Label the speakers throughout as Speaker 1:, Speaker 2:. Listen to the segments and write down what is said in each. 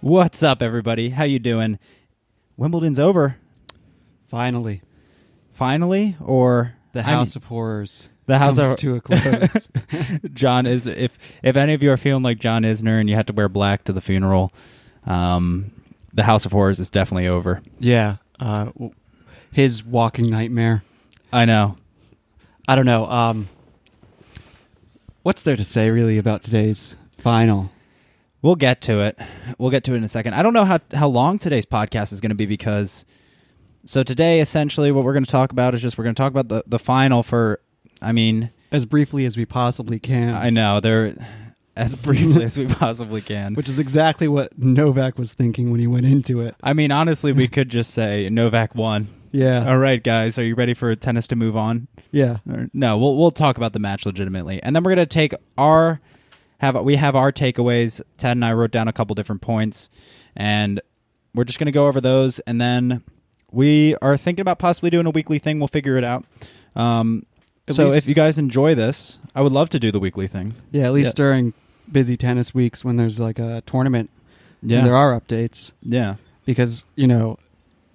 Speaker 1: What's up, everybody? How you doing? Wimbledon's over,
Speaker 2: Finally,
Speaker 1: finally, or
Speaker 2: the
Speaker 1: I mean,
Speaker 2: House of Horrors.
Speaker 1: the house
Speaker 2: comes
Speaker 1: of
Speaker 2: to a close.
Speaker 1: John is. If if any of you are feeling like John Isner and you had to wear black to the funeral, um, the House of Horrors is definitely over.
Speaker 2: yeah, uh, w- his walking nightmare.
Speaker 1: I know.
Speaker 2: I don't know. Um, what's there to say really about today's final?
Speaker 1: We'll get to it. We'll get to it in a second. I don't know how how long today's podcast is going to be because so today essentially what we're going to talk about is just we're going to talk about the the final for I mean,
Speaker 2: As briefly as we possibly can,
Speaker 1: I know they're as briefly as we possibly can.
Speaker 2: which is exactly what Novak was thinking when he went into it.
Speaker 1: I mean, honestly, we could just say Novak won.
Speaker 2: Yeah,
Speaker 1: All right, guys, are you ready for tennis to move on?
Speaker 2: yeah,
Speaker 1: Or- No, we'll we'll talk about the match legitimately, and then we're gonna take our have we have our takeaways. Tad and I wrote down a couple different points, and we're just gonna go over those, and then we are thinking about possibly doing a weekly thing. We'll figure it out. Um,
Speaker 2: At
Speaker 1: so
Speaker 2: least-
Speaker 1: if you guys enjoy this, I would love to do the weekly thing.
Speaker 2: yeah. At least
Speaker 1: Yeah.
Speaker 2: during busy tennis weeks when there's like a tournament,
Speaker 1: Yeah,
Speaker 2: and there are updates
Speaker 1: yeah.
Speaker 2: because you know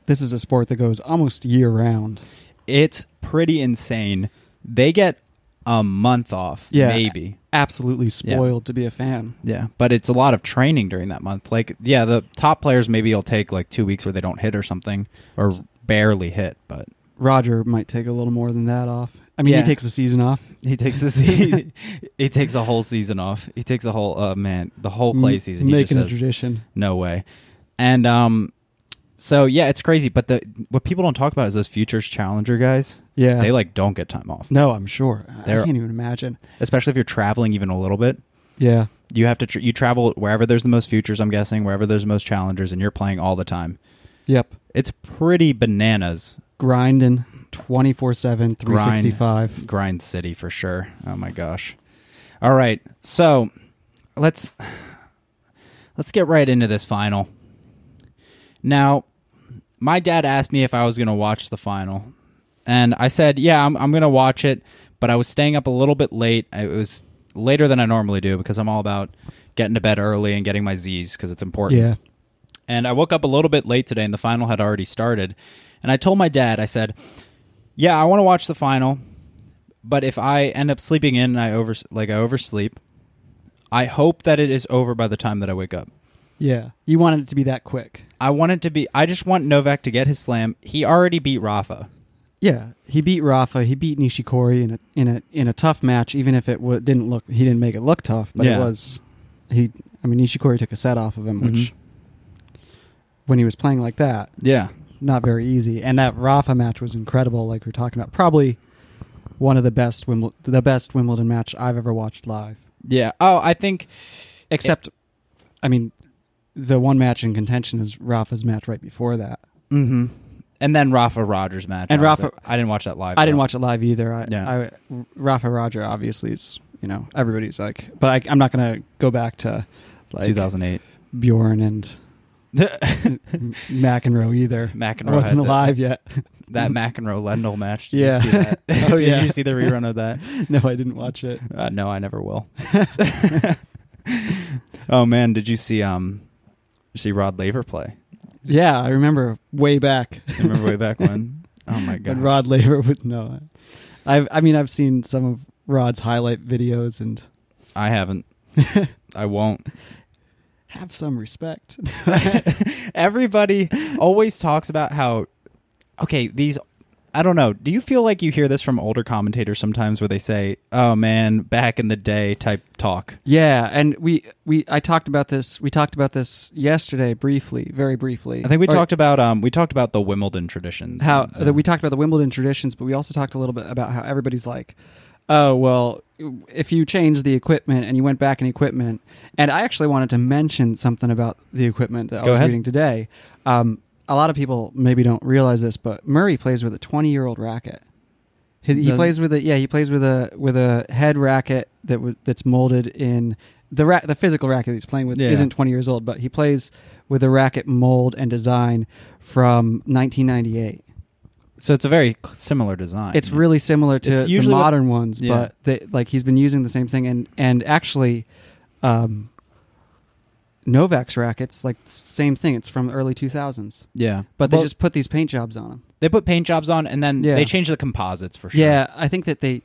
Speaker 2: this is a sport that goes almost year round.
Speaker 1: It's pretty insane. They get a month off,
Speaker 2: Yeah.
Speaker 1: maybe.
Speaker 2: Absolutely spoiled to be a fan.
Speaker 1: Yeah, but it's a lot of training during that month. Like, yeah, the top players maybe will take like two weeks where they don't hit or something, or barely hit. But
Speaker 2: Roger might take a little more than that off. I mean,
Speaker 1: Yeah.
Speaker 2: he takes a season off.
Speaker 1: he takes this. He, he takes a whole season off. He takes a whole uh, man, the whole clay
Speaker 2: M-
Speaker 1: season. He just
Speaker 2: making a
Speaker 1: says
Speaker 2: tradition.
Speaker 1: no way. And um, so yeah, it's crazy. But the what people don't talk about is those futures challenger guys.
Speaker 2: Yeah,
Speaker 1: They like don't get time off,
Speaker 2: No, I'm sure.
Speaker 1: They're-
Speaker 2: I can't even imagine.
Speaker 1: especially if you're traveling even a little bit.
Speaker 2: Yeah,
Speaker 1: You have to tr- you travel wherever there's the most futures. I'm guessing wherever there's the most challengers, and you're playing all the time.
Speaker 2: yep.
Speaker 1: It's pretty bananas
Speaker 2: Grinding 24 7, 365.
Speaker 1: grind city for sure. Oh my gosh. All right. So, let's let's get right into this final. Now, my dad asked me if I was going to watch the final. And I said, "Yeah, I'm I'm going to watch it, but I was staying up a little bit late. It was later than I normally do because I'm all about getting to bed early and getting my Z's because it's important."
Speaker 2: Yeah,
Speaker 1: And I woke up a little bit late today and the final had already started. And I told my dad, I said, "Yeah, I want to watch the final, but if I end up sleeping in and I over like I oversleep, I hope that it is over by the time that I wake up.
Speaker 2: yeah. You wanted it to be that quick.
Speaker 1: I want it to be I just want Novak to get his slam. He already beat Rafa.
Speaker 2: Yeah, he beat Rafa. He beat Nishikori in a in a in a tough match. Even if it w- didn't look, he didn't make it look tough. But
Speaker 1: Yeah.
Speaker 2: it was he. I mean, Nishikori took a set off of him, which
Speaker 1: Mhm.
Speaker 2: when he was playing like that,
Speaker 1: Yeah.
Speaker 2: not very easy. And that Rafa match was incredible. Like we are talking about, probably one of the best Wimbledon, the best Wimbledon match I've ever watched live.
Speaker 1: Yeah. Oh, I think
Speaker 2: Except, I mean, the one match in contention is Rafa's match right before that.
Speaker 1: mhm. And then Rafa Rogers match.
Speaker 2: And
Speaker 1: I was
Speaker 2: Rafa-
Speaker 1: at- I didn't watch that live.
Speaker 2: I didn't
Speaker 1: though.
Speaker 2: watch it live either. I,
Speaker 1: Yeah.
Speaker 2: I- Rafa Roger obviously is you know everybody's like, but I, I'm not gonna go back to like
Speaker 1: 2008.
Speaker 2: Bjorn and McEnroe either.
Speaker 1: McEnroe
Speaker 2: I wasn't
Speaker 1: had the-
Speaker 2: alive yet.
Speaker 1: that McEnroe Lendl match. Did
Speaker 2: Yeah.
Speaker 1: You see that?
Speaker 2: Oh,
Speaker 1: Did
Speaker 2: yeah.
Speaker 1: you see the rerun of that?
Speaker 2: no, I didn't watch it.
Speaker 1: Uh, no, I never will. oh man, did you see um see Rod Laver play?
Speaker 2: Yeah, I remember way back
Speaker 1: I remember way back when. Oh my god.
Speaker 2: when Rod Laver would no. I I mean I've seen some of Rod's highlight videos and
Speaker 1: I haven't. I won't.
Speaker 2: have some respect.
Speaker 1: Everybody always talks about how okay, these I don't know. Do you feel like you hear this from older commentators sometimes where they say, "Oh man, back in the day" type talk?
Speaker 2: Yeah, and we we I talked about this. We talked about this yesterday briefly, very briefly.
Speaker 1: I think we
Speaker 2: Or-
Speaker 1: talked about um we talked about the Wimbledon traditions. uh,
Speaker 2: how
Speaker 1: Yeah.
Speaker 2: that we talked about the Wimbledon traditions, but we also talked a little bit about how everybody's like, oh well, if you change the equipment and you went back in equipment, and I actually wanted to mention something about the equipment that
Speaker 1: Go
Speaker 2: I was
Speaker 1: ahead.
Speaker 2: reading today. Um, a lot of people maybe don't realize this, but Murray plays with a twenty-year-old racket. His, he
Speaker 1: The-
Speaker 2: plays with a yeah he plays with a with a head racket that w- that's molded in the ra- the physical racket that he's playing with
Speaker 1: Yeah.
Speaker 2: isn't 20 years old, but he plays with a racket mold and design from 1998.
Speaker 1: So it's a very c- similar design.
Speaker 2: It's really similar to
Speaker 1: It's
Speaker 2: the
Speaker 1: usually what-
Speaker 2: modern ones,
Speaker 1: Yeah.
Speaker 2: but they, like he's been using the same thing, and and actually, um, Novax rackets, like same thing. It's from the early 2000s,
Speaker 1: Yeah,
Speaker 2: but they just put these paint jobs on them.
Speaker 1: they put paint jobs on, and then
Speaker 2: Yeah.
Speaker 1: they change the composites for sure.
Speaker 2: Yeah, I think that they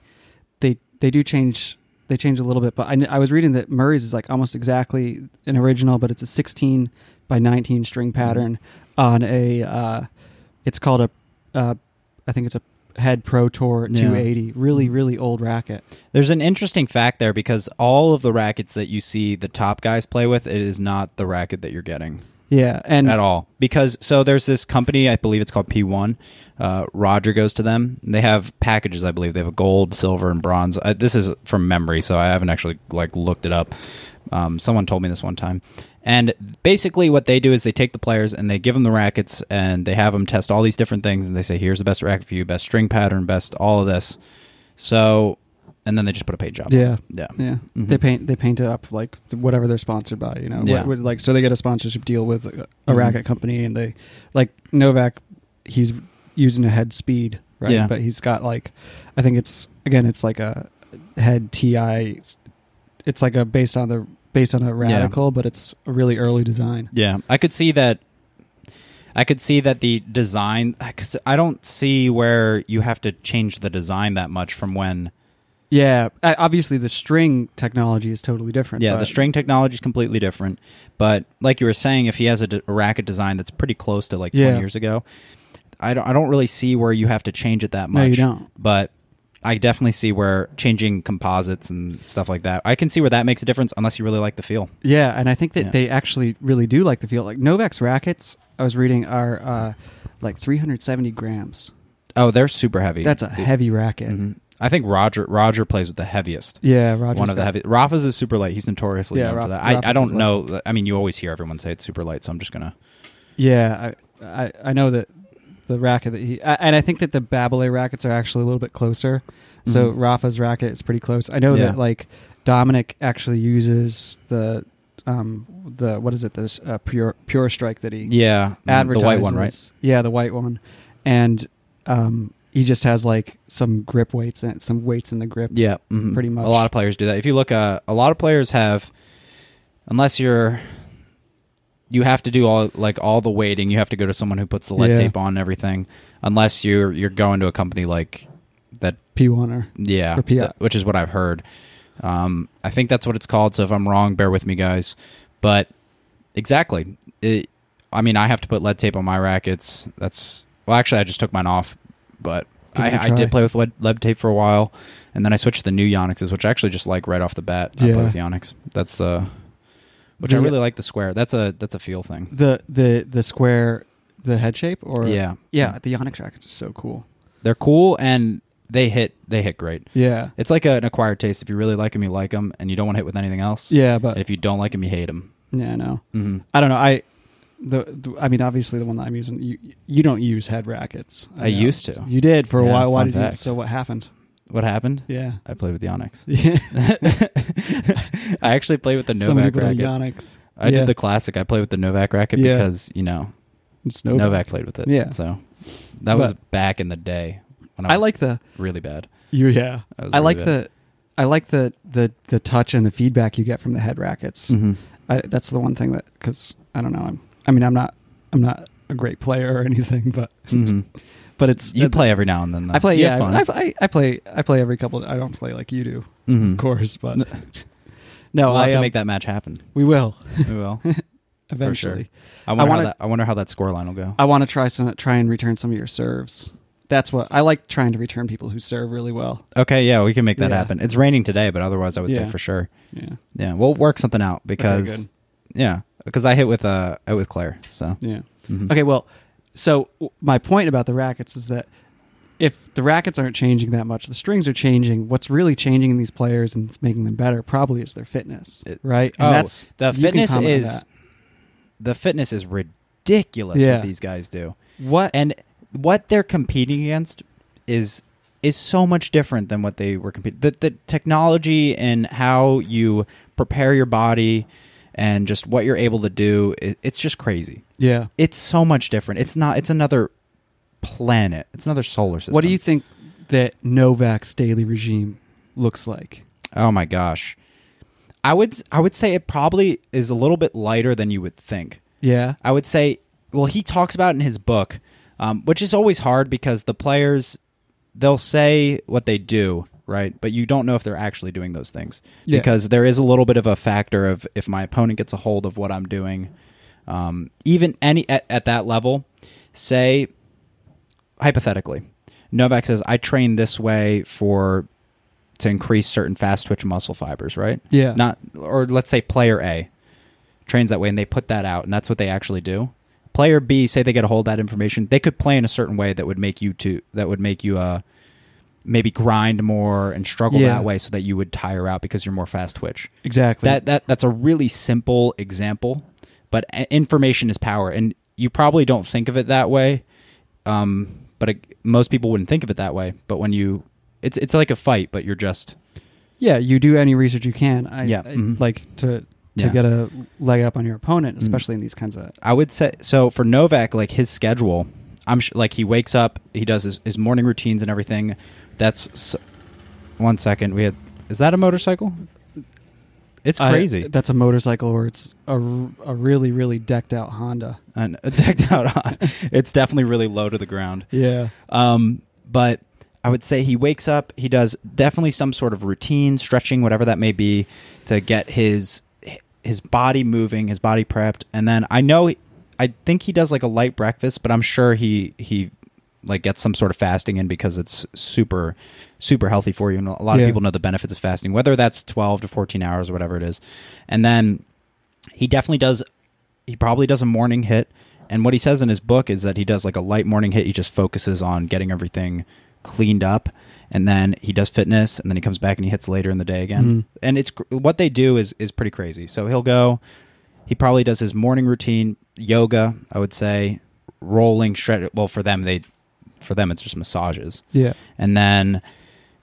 Speaker 2: they they do change they change a little bit, but I, kn- I was reading that Murray's is like almost exactly an original, but it's a 16 by 19 string
Speaker 1: Mm-hmm.
Speaker 2: pattern on a uh, it's called a uh, I think it's a head pro tour
Speaker 1: Yeah. Mm-hmm.
Speaker 2: 280 really really old racket
Speaker 1: There's an interesting fact there because all of the rackets that you see the top guys play with, it is not the racket that you're getting
Speaker 2: yeah and
Speaker 1: at all. Because so there's this company, I believe it's called P1. Uh, Roger goes to them. They have packages, I believe. They have a gold, silver, and bronze. Uh, this is from memory, so I haven't actually like looked it up. Um, someone told me this one time. And basically, what they do is they take the players and they give them the rackets and they have them test all these different things. And they say, "Here's the best racket for you, best string pattern, best all of this." So, and then they just put a paint job. on it.
Speaker 2: Yeah.
Speaker 1: yeah,
Speaker 2: Yeah, they paint they paint it up like whatever they're sponsored by. You know, What-
Speaker 1: Mm-hmm. Yeah.
Speaker 2: what- like so they get a sponsorship deal with a, a
Speaker 1: Mhm.
Speaker 2: racket company, and they like Novak, he's using a head speed, right?
Speaker 1: Yeah.
Speaker 2: But he's got like, I think it's again, it's like a head ti. It's like a based on the based on a radical, but it's a really early design.
Speaker 1: Yeah, I could see that. I could see that the design, because I don't see where you have to change the design that much from when.
Speaker 2: Yeah, I- obviously the string technology is totally different.
Speaker 1: Yeah, uh, the
Speaker 2: but-
Speaker 1: string technology is completely different. But like you were saying, if he has a, de- a racket design that's pretty close to like 20
Speaker 2: Yeah.
Speaker 1: years ago, I don't, I don't really see where you have to change it that much.
Speaker 2: No, you don't.
Speaker 1: But I definitely see where changing composites and stuff like that, I can see where that makes a difference unless you really like the feel.
Speaker 2: Yeah, and I think that
Speaker 1: Yeah.
Speaker 2: they actually really do like the feel. Like Novak's rackets, I was reading are uh, like 370 grams.
Speaker 1: Oh, they're super heavy.
Speaker 2: That's a heavy racket.
Speaker 1: Mhm. I think Roger Roger plays with the heaviest.
Speaker 2: Yeah, Roger.
Speaker 1: one of the heavy. Rafa's is super light. He's notoriously
Speaker 2: Yeah,
Speaker 1: known
Speaker 2: Raf-
Speaker 1: for that. I, I
Speaker 2: Rafa's
Speaker 1: don't
Speaker 2: is
Speaker 1: know. I mean, you always hear everyone say it's super light, so I'm just gonna.
Speaker 2: Yeah, I, I I know that the racket that he I, and I think that the Babolet rackets are actually a little bit closer. So
Speaker 1: Mhm.
Speaker 2: Rafa's racket is pretty close. I know
Speaker 1: Yeah.
Speaker 2: that like Dominic actually uses the um the what is it this uh, pure pure strike that he
Speaker 1: Yeah, mm, the
Speaker 2: advertises.
Speaker 1: white one, right?
Speaker 2: Yeah, the white one, and um, he just has like some grip weights and some weights in the grip.
Speaker 1: Yeah, mhm.
Speaker 2: Pretty much.
Speaker 1: A lot of players do that. If you look, uh, a lot of players have, unless you're, you have to do all like all the waiting. You have to go to someone who puts the lead
Speaker 2: Yeah.
Speaker 1: tape on and everything. Unless you're you're going to a company like that
Speaker 2: P one or
Speaker 1: Yeah,
Speaker 2: Or PI.
Speaker 1: th- which is what I've heard. Um, I think that's what it's called. So if I'm wrong, bear with me, guys. But exactly, it, I mean, I have to put lead tape on my rackets. That's well, actually, I just took mine off, but
Speaker 2: Give it a
Speaker 1: I, I
Speaker 2: try.
Speaker 1: did play with lead, lead tape for a while, and then I switched to the new Yonixes, which I actually just like right off the bat. I
Speaker 2: Yeah.
Speaker 1: play with Yonix. That's uh, which I
Speaker 2: The-
Speaker 1: really like the square. That's a that's a feel thing.
Speaker 2: the the the square the head shape or
Speaker 1: yeah,
Speaker 2: yeah the Onyx rackets are so cool.
Speaker 1: they're cool and they hit they hit great.
Speaker 2: Yeah,
Speaker 1: It's like a, an acquired taste. If you really like them, you like them, and you don't want to hit with anything else.
Speaker 2: yeah,
Speaker 1: And
Speaker 2: but
Speaker 1: if you don't like him, you hate him.
Speaker 2: yeah, no,
Speaker 1: Mm-hmm.
Speaker 2: I don't know. I the, the I mean, obviously the one that I'm using you you don't use head rackets.
Speaker 1: I
Speaker 2: know.
Speaker 1: used to.
Speaker 2: You did for a
Speaker 1: Yeah,
Speaker 2: while. Why
Speaker 1: fun
Speaker 2: did you?
Speaker 1: fact.
Speaker 2: So what happened?
Speaker 1: What happened?
Speaker 2: Yeah.
Speaker 1: I played with the Onyx.
Speaker 2: Yeah,
Speaker 1: I actually played with the
Speaker 2: so many
Speaker 1: Novak
Speaker 2: people like
Speaker 1: racket.
Speaker 2: Onyx.
Speaker 1: I
Speaker 2: Yeah.
Speaker 1: did the classic. I played with the Novak racket
Speaker 2: Yeah.
Speaker 1: because you know
Speaker 2: It's
Speaker 1: Novak.
Speaker 2: Novak.
Speaker 1: played with it.
Speaker 2: Yeah.
Speaker 1: So that was back in the day when I was
Speaker 2: I like the
Speaker 1: really bad.
Speaker 2: you. Yeah,
Speaker 1: That was
Speaker 2: I
Speaker 1: really
Speaker 2: like
Speaker 1: bad.
Speaker 2: the I like the the the touch and the feedback you get from the head rackets.
Speaker 1: Mhm.
Speaker 2: I, that's the one thing that because I don't know. I'm I mean I'm not I'm not a great player or anything, but
Speaker 1: Mhm.
Speaker 2: but it's
Speaker 1: You
Speaker 2: uh,
Speaker 1: play every now and then. Though.
Speaker 2: I play
Speaker 1: You
Speaker 2: yeah
Speaker 1: have fun.
Speaker 2: I, I I play I play every couple. I don't play like you do,
Speaker 1: Mhm.
Speaker 2: of course, but
Speaker 1: No,
Speaker 2: no,
Speaker 1: we'll
Speaker 2: I
Speaker 1: have to
Speaker 2: um,
Speaker 1: make that match happen.
Speaker 2: we will
Speaker 1: We will. sure.
Speaker 2: eventually.
Speaker 1: I wonder
Speaker 2: wanna-
Speaker 1: how that. I wonder how that score line will go.
Speaker 2: I want to try some try and return some of your serves. That's what I like trying to return people who serve really well.
Speaker 1: Okay. Yeah, we can make that
Speaker 2: Yeah.
Speaker 1: happen. It's raining today, but otherwise, I would
Speaker 2: Yeah.
Speaker 1: say for sure.
Speaker 2: Yeah,
Speaker 1: Yeah, we'll work something out because
Speaker 2: good.
Speaker 1: yeah, because I hit with uh I hit with Claire. So
Speaker 2: yeah.
Speaker 1: mhm.
Speaker 2: Okay, well, so w- my point about the rackets is that if the rackets aren't changing that much, the strings are changing. What's really changing in these players and it's making them better probably is their fitness,
Speaker 1: It-
Speaker 2: right? And
Speaker 1: Oh,
Speaker 2: that's
Speaker 1: the
Speaker 2: you can
Speaker 1: fitness
Speaker 2: comment on
Speaker 1: is
Speaker 2: that.
Speaker 1: the fitness is ridiculous
Speaker 2: Yeah.
Speaker 1: what these guys do,
Speaker 2: what
Speaker 1: and what they're competing against is is so much different than what they were competing. The the technology and how you prepare your body and just what you're able to do, it, it's just crazy.
Speaker 2: yeah.
Speaker 1: It's so much different. It's not. It's another planet. It's another solar system.
Speaker 2: What do you think that Novak's daily regime looks like?
Speaker 1: Oh my gosh. I would I would say it probably is a little bit lighter than you would think.
Speaker 2: Yeah.
Speaker 1: I would say, well, he talks about in his book, um, which is always hard because the players they'll say what they do, right? But you don't know if they're actually doing those things
Speaker 2: Yeah.
Speaker 1: because there is a little bit of a factor of if my opponent gets a hold of what I'm doing, um, even any at, at that level. Say, hypothetically, Novak says, "I train this way for." To increase certain fast twitch muscle fibers, right?
Speaker 2: Yeah.
Speaker 1: Not, or let's say player A, trains that way and they put that out and that's what they actually do player b say they get a hold of that information they could play in a certain way that would make you to that would make you uh maybe grind more and struggle
Speaker 2: Yeah.
Speaker 1: that way so that you would tire out because you're more fast twitch
Speaker 2: Exactly.
Speaker 1: that that that's a really simple example but a- information is power and you probably don't think of it that way um but it, most people wouldn't think of it that way but when you it's it's like a fight but you're just
Speaker 2: yeah, you do any research you can. I,
Speaker 1: Yeah,
Speaker 2: I
Speaker 1: mhm.
Speaker 2: like to to
Speaker 1: Yeah. Mm.
Speaker 2: get a leg up on your opponent, especially in these kinds of
Speaker 1: I would say so for Novak. Like his schedule, I'm sh- like he wakes up, he does his, his morning routines and everything. That's s- one second. We had is that a motorcycle? It's
Speaker 2: I-
Speaker 1: crazy.
Speaker 2: that's a motorcycle or it's a, r- a really really decked out Honda.
Speaker 1: and decked out on. It's definitely really low to the ground.
Speaker 2: Yeah.
Speaker 1: Um, but I would say he wakes up, he does definitely some sort of routine, stretching, whatever that may be, to get his his body moving, his body prepped, and then I know I think he does like a light breakfast, but I'm sure he he like gets some sort of fasting in because it's super super healthy for you and a lot
Speaker 2: Yeah.
Speaker 1: of people know the benefits of fasting whether that's 12 to 14 hours or whatever it is and then he definitely does he probably does a morning hit and what he says in his book is that he does like a light morning hit he just focuses on getting everything cleaned up and then he does fitness and then he comes back and he hits later in the day again
Speaker 2: Mhm.
Speaker 1: and it's cr- what they do is is pretty crazy so he'll go he probably does his morning routine yoga i would say rolling shred well for them they for them it's just massages
Speaker 2: Yeah.
Speaker 1: and then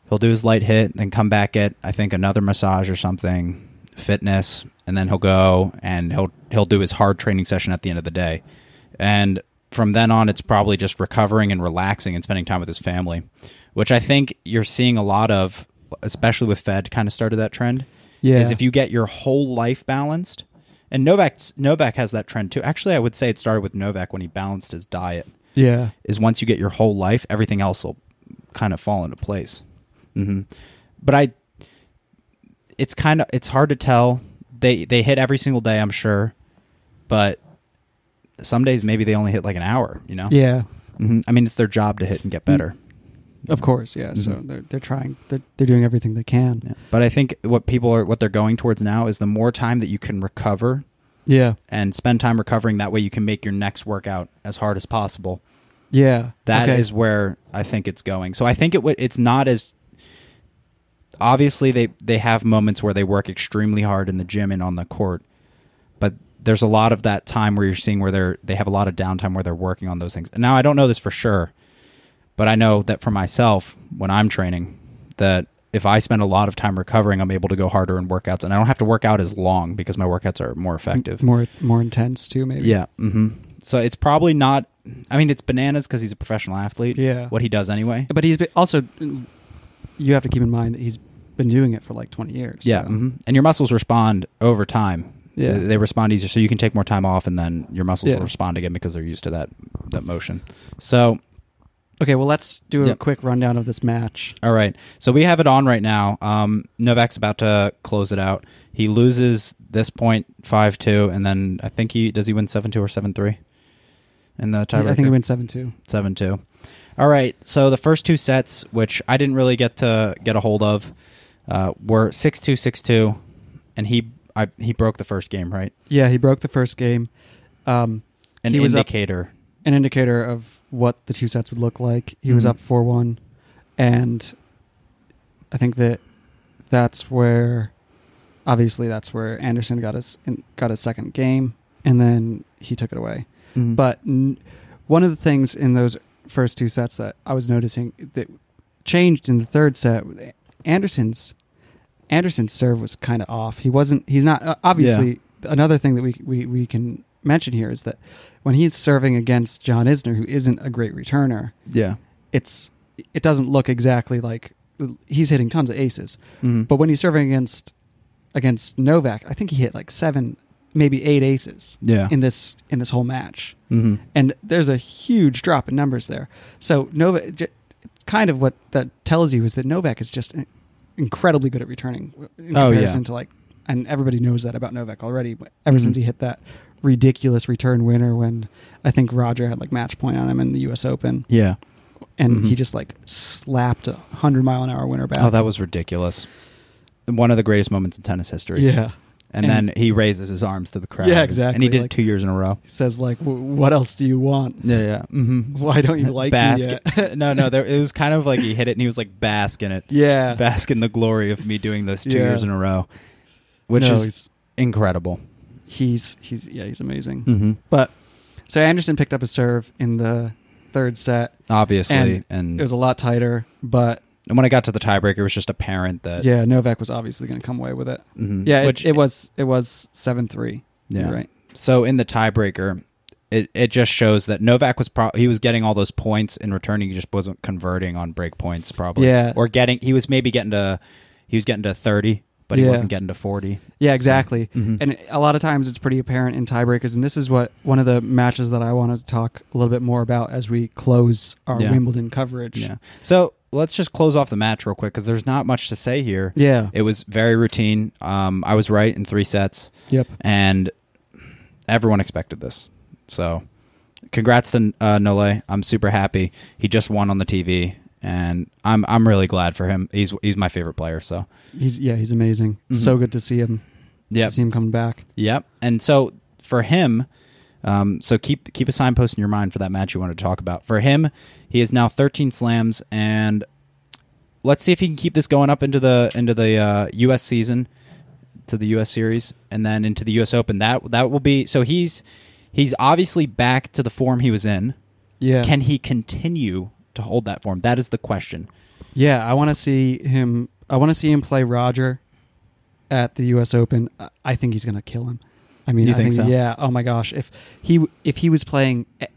Speaker 1: he'll do his light hit, then come back at I think another massage or something, fitness, and then he'll go and he'll he'll do his hard training session at the end of the day. And from then on it's probably just recovering and relaxing and spending time with his family, which I think you're seeing a lot of especially with Fed kind of started that trend.
Speaker 2: Yeah.
Speaker 1: Is if you get your whole life balanced and Novak Novak has that trend too. Actually, I would say it started with Novak when he balanced his diet
Speaker 2: Yeah.
Speaker 1: is once you get your whole life, everything else will kind of fall into place. hmm But I, it's kind of it's hard to tell. They they hit every single day, I'm sure, but some days maybe they only hit like an hour. You know,
Speaker 2: Yeah.
Speaker 1: Mhm. I mean, it's their job to hit and get better.
Speaker 2: Of course, yeah. So
Speaker 1: Mhm.
Speaker 2: they're they're trying they're, they're doing everything they can.
Speaker 1: Yeah. But I think what people are what they're going towards now is the more time that you can recover
Speaker 2: Yeah.
Speaker 1: and spend time recovering. That way, you can make your next workout as hard as possible.
Speaker 2: Yeah.
Speaker 1: That is
Speaker 2: Okay.
Speaker 1: where I think it's going. So I think it would. It's not as obviously they they have moments where they work extremely hard in the gym and on the court, but there's a lot of that time where you're seeing where they're they have a lot of downtime where they're working on those things. Now I don't know this for sure, but I know that for myself when I'm training that if I spend a lot of time recovering, I'm able to go harder in workouts, and I don't have to work out as long because my workouts are more effective.
Speaker 2: more more intense too maybe.
Speaker 1: Yeah. hmm So it's probably not. I mean, it's bananas because he's a professional athlete.
Speaker 2: Yeah.
Speaker 1: What he does anyway.
Speaker 2: But he's been, also you have to keep in mind that he's been doing it for like 20 years.
Speaker 1: Yeah.
Speaker 2: so-
Speaker 1: hmm And your muscles respond over time.
Speaker 2: Yeah.
Speaker 1: They, they respond easier, so you can take more time off, and then your muscles
Speaker 2: Yeah.
Speaker 1: will respond again because they're used to that that motion. So
Speaker 2: Okay, well let's do a
Speaker 1: Yep.
Speaker 2: quick rundown of this match.
Speaker 1: All right. So we have it on right now. Um, Novak's about to close it out. He loses this point five two, and then I think he does he win seven two or seven three in the tiebreaker.
Speaker 2: I think he went 7-2.
Speaker 1: seven two. All right, so the first two sets, which I didn't really get to get a hold of, uh, were six two six two, and he I, he broke the first game, right?
Speaker 2: Yeah, he broke the first game. Um
Speaker 1: An
Speaker 2: He was up-
Speaker 1: indicator.
Speaker 2: an indicator of what the two sets would look like. He was
Speaker 1: Mhm.
Speaker 2: up four one, and I think that that's where, obviously, that's where Anderson got his in, got his second game, and then he took it away. But n- one of the things in those first two sets that I was noticing that changed in the third set, Anderson's Anderson's serve was kind of off. He wasn't. He's not uh, obviously. Another thing that we, we we can mention here is that when he's serving against John Isner, who isn't a great returner,
Speaker 1: yeah,
Speaker 2: it's Mm-hmm. it doesn't look exactly like he's hitting tons of aces. But when he's serving against against Novak, I think he hit like seven, maybe eight aces
Speaker 1: Yeah.
Speaker 2: in this in this whole match.
Speaker 1: hmm
Speaker 2: and there's a huge drop in numbers there. So Novak, j- kind of what that tells you is that Novak is just in- incredibly good at returning in
Speaker 1: Oh, yeah.
Speaker 2: comparison to like, and everybody knows that about Novak already. but Ever
Speaker 1: Mhm.
Speaker 2: since he hit that ridiculous return winner when I think Roger had like match point on him in the U.S. Open,
Speaker 1: Yeah.
Speaker 2: and
Speaker 1: Mhm.
Speaker 2: he just like slapped a hundred mile an hour winner back.
Speaker 1: Oh, that was ridiculous. One of the greatest moments in tennis history.
Speaker 2: yeah.
Speaker 1: And,
Speaker 2: And-
Speaker 1: then he raises his arms to the crowd. and-
Speaker 2: Yeah,
Speaker 1: And he
Speaker 2: exactly,
Speaker 1: did
Speaker 2: like-
Speaker 1: it two years in a row.
Speaker 2: He says like, "W- "What else do you want?
Speaker 1: Yeah, yeah. Mm-hmm.
Speaker 2: Why don't you like
Speaker 1: basket?
Speaker 2: me yet?"
Speaker 1: no, no. There, it was kind of like he hit it, and he was like, "Bask in it,
Speaker 2: yeah,
Speaker 1: bask in the glory of me doing this two
Speaker 2: Yeah.
Speaker 1: years in a row," which
Speaker 2: No,
Speaker 1: is
Speaker 2: he's-
Speaker 1: incredible.
Speaker 2: he's he's yeah he's amazing.
Speaker 1: Mm-hmm.
Speaker 2: But so Anderson picked up a serve in the third set.
Speaker 1: Obviously, and,
Speaker 2: It was a lot tighter, but
Speaker 1: and when I got to the tiebreaker, it was just apparent that
Speaker 2: yeah, Novak was obviously going to come away with it.
Speaker 1: Mhm.
Speaker 2: Yeah,
Speaker 1: which
Speaker 2: it, it was it was seven three.
Speaker 1: Yeah.
Speaker 2: right.
Speaker 1: So in the tiebreaker, it, it just shows that Novak was pro- he was getting all those points in returning. He just wasn't converting on break points, probably.
Speaker 2: Yeah.
Speaker 1: Or getting he was maybe getting to he was getting to thirty, but he
Speaker 2: Yeah.
Speaker 1: wasn't getting to forty.
Speaker 2: Yeah, exactly.
Speaker 1: mhm.
Speaker 2: And a lot of times it's pretty apparent in tiebreakers, and this is what one of the matches that I wanted to talk a little bit more about as we close our
Speaker 1: Yeah.
Speaker 2: Wimbledon coverage.
Speaker 1: Yeah. So let's just close off the match real quick because there's not much to say here.
Speaker 2: Yeah.
Speaker 1: It was very routine. Um, I was right in three sets,
Speaker 2: yep.
Speaker 1: and everyone expected this. So, congrats to uh, Nole. I'm super happy. He just won on the TV, and I'm I'm really glad for him. He's he's my favorite player. So,
Speaker 2: He's yeah, he's amazing. So good to see him.
Speaker 1: Mm-hmm. Yep.
Speaker 2: To see him coming back.
Speaker 1: Yep. And so for him, um, so keep keep a signpost in your mind for that match you want to talk about. For him, he is now 13 slams, and let's see if he can keep this going up into the into the uh, U.S. season, to the U.S. series, and then into the U.S. Open. That that will be so he's he's obviously back to the form he was in.
Speaker 2: Yeah.
Speaker 1: Can he continue to hold that form? That is the question.
Speaker 2: Yeah, I want to see him. I want to see him play Roger at the U.S. Open. I- I think he's going to kill him. I mean,
Speaker 1: You
Speaker 2: I
Speaker 1: think so?
Speaker 2: Yeah. Oh my gosh, if he w- if he was playing eh,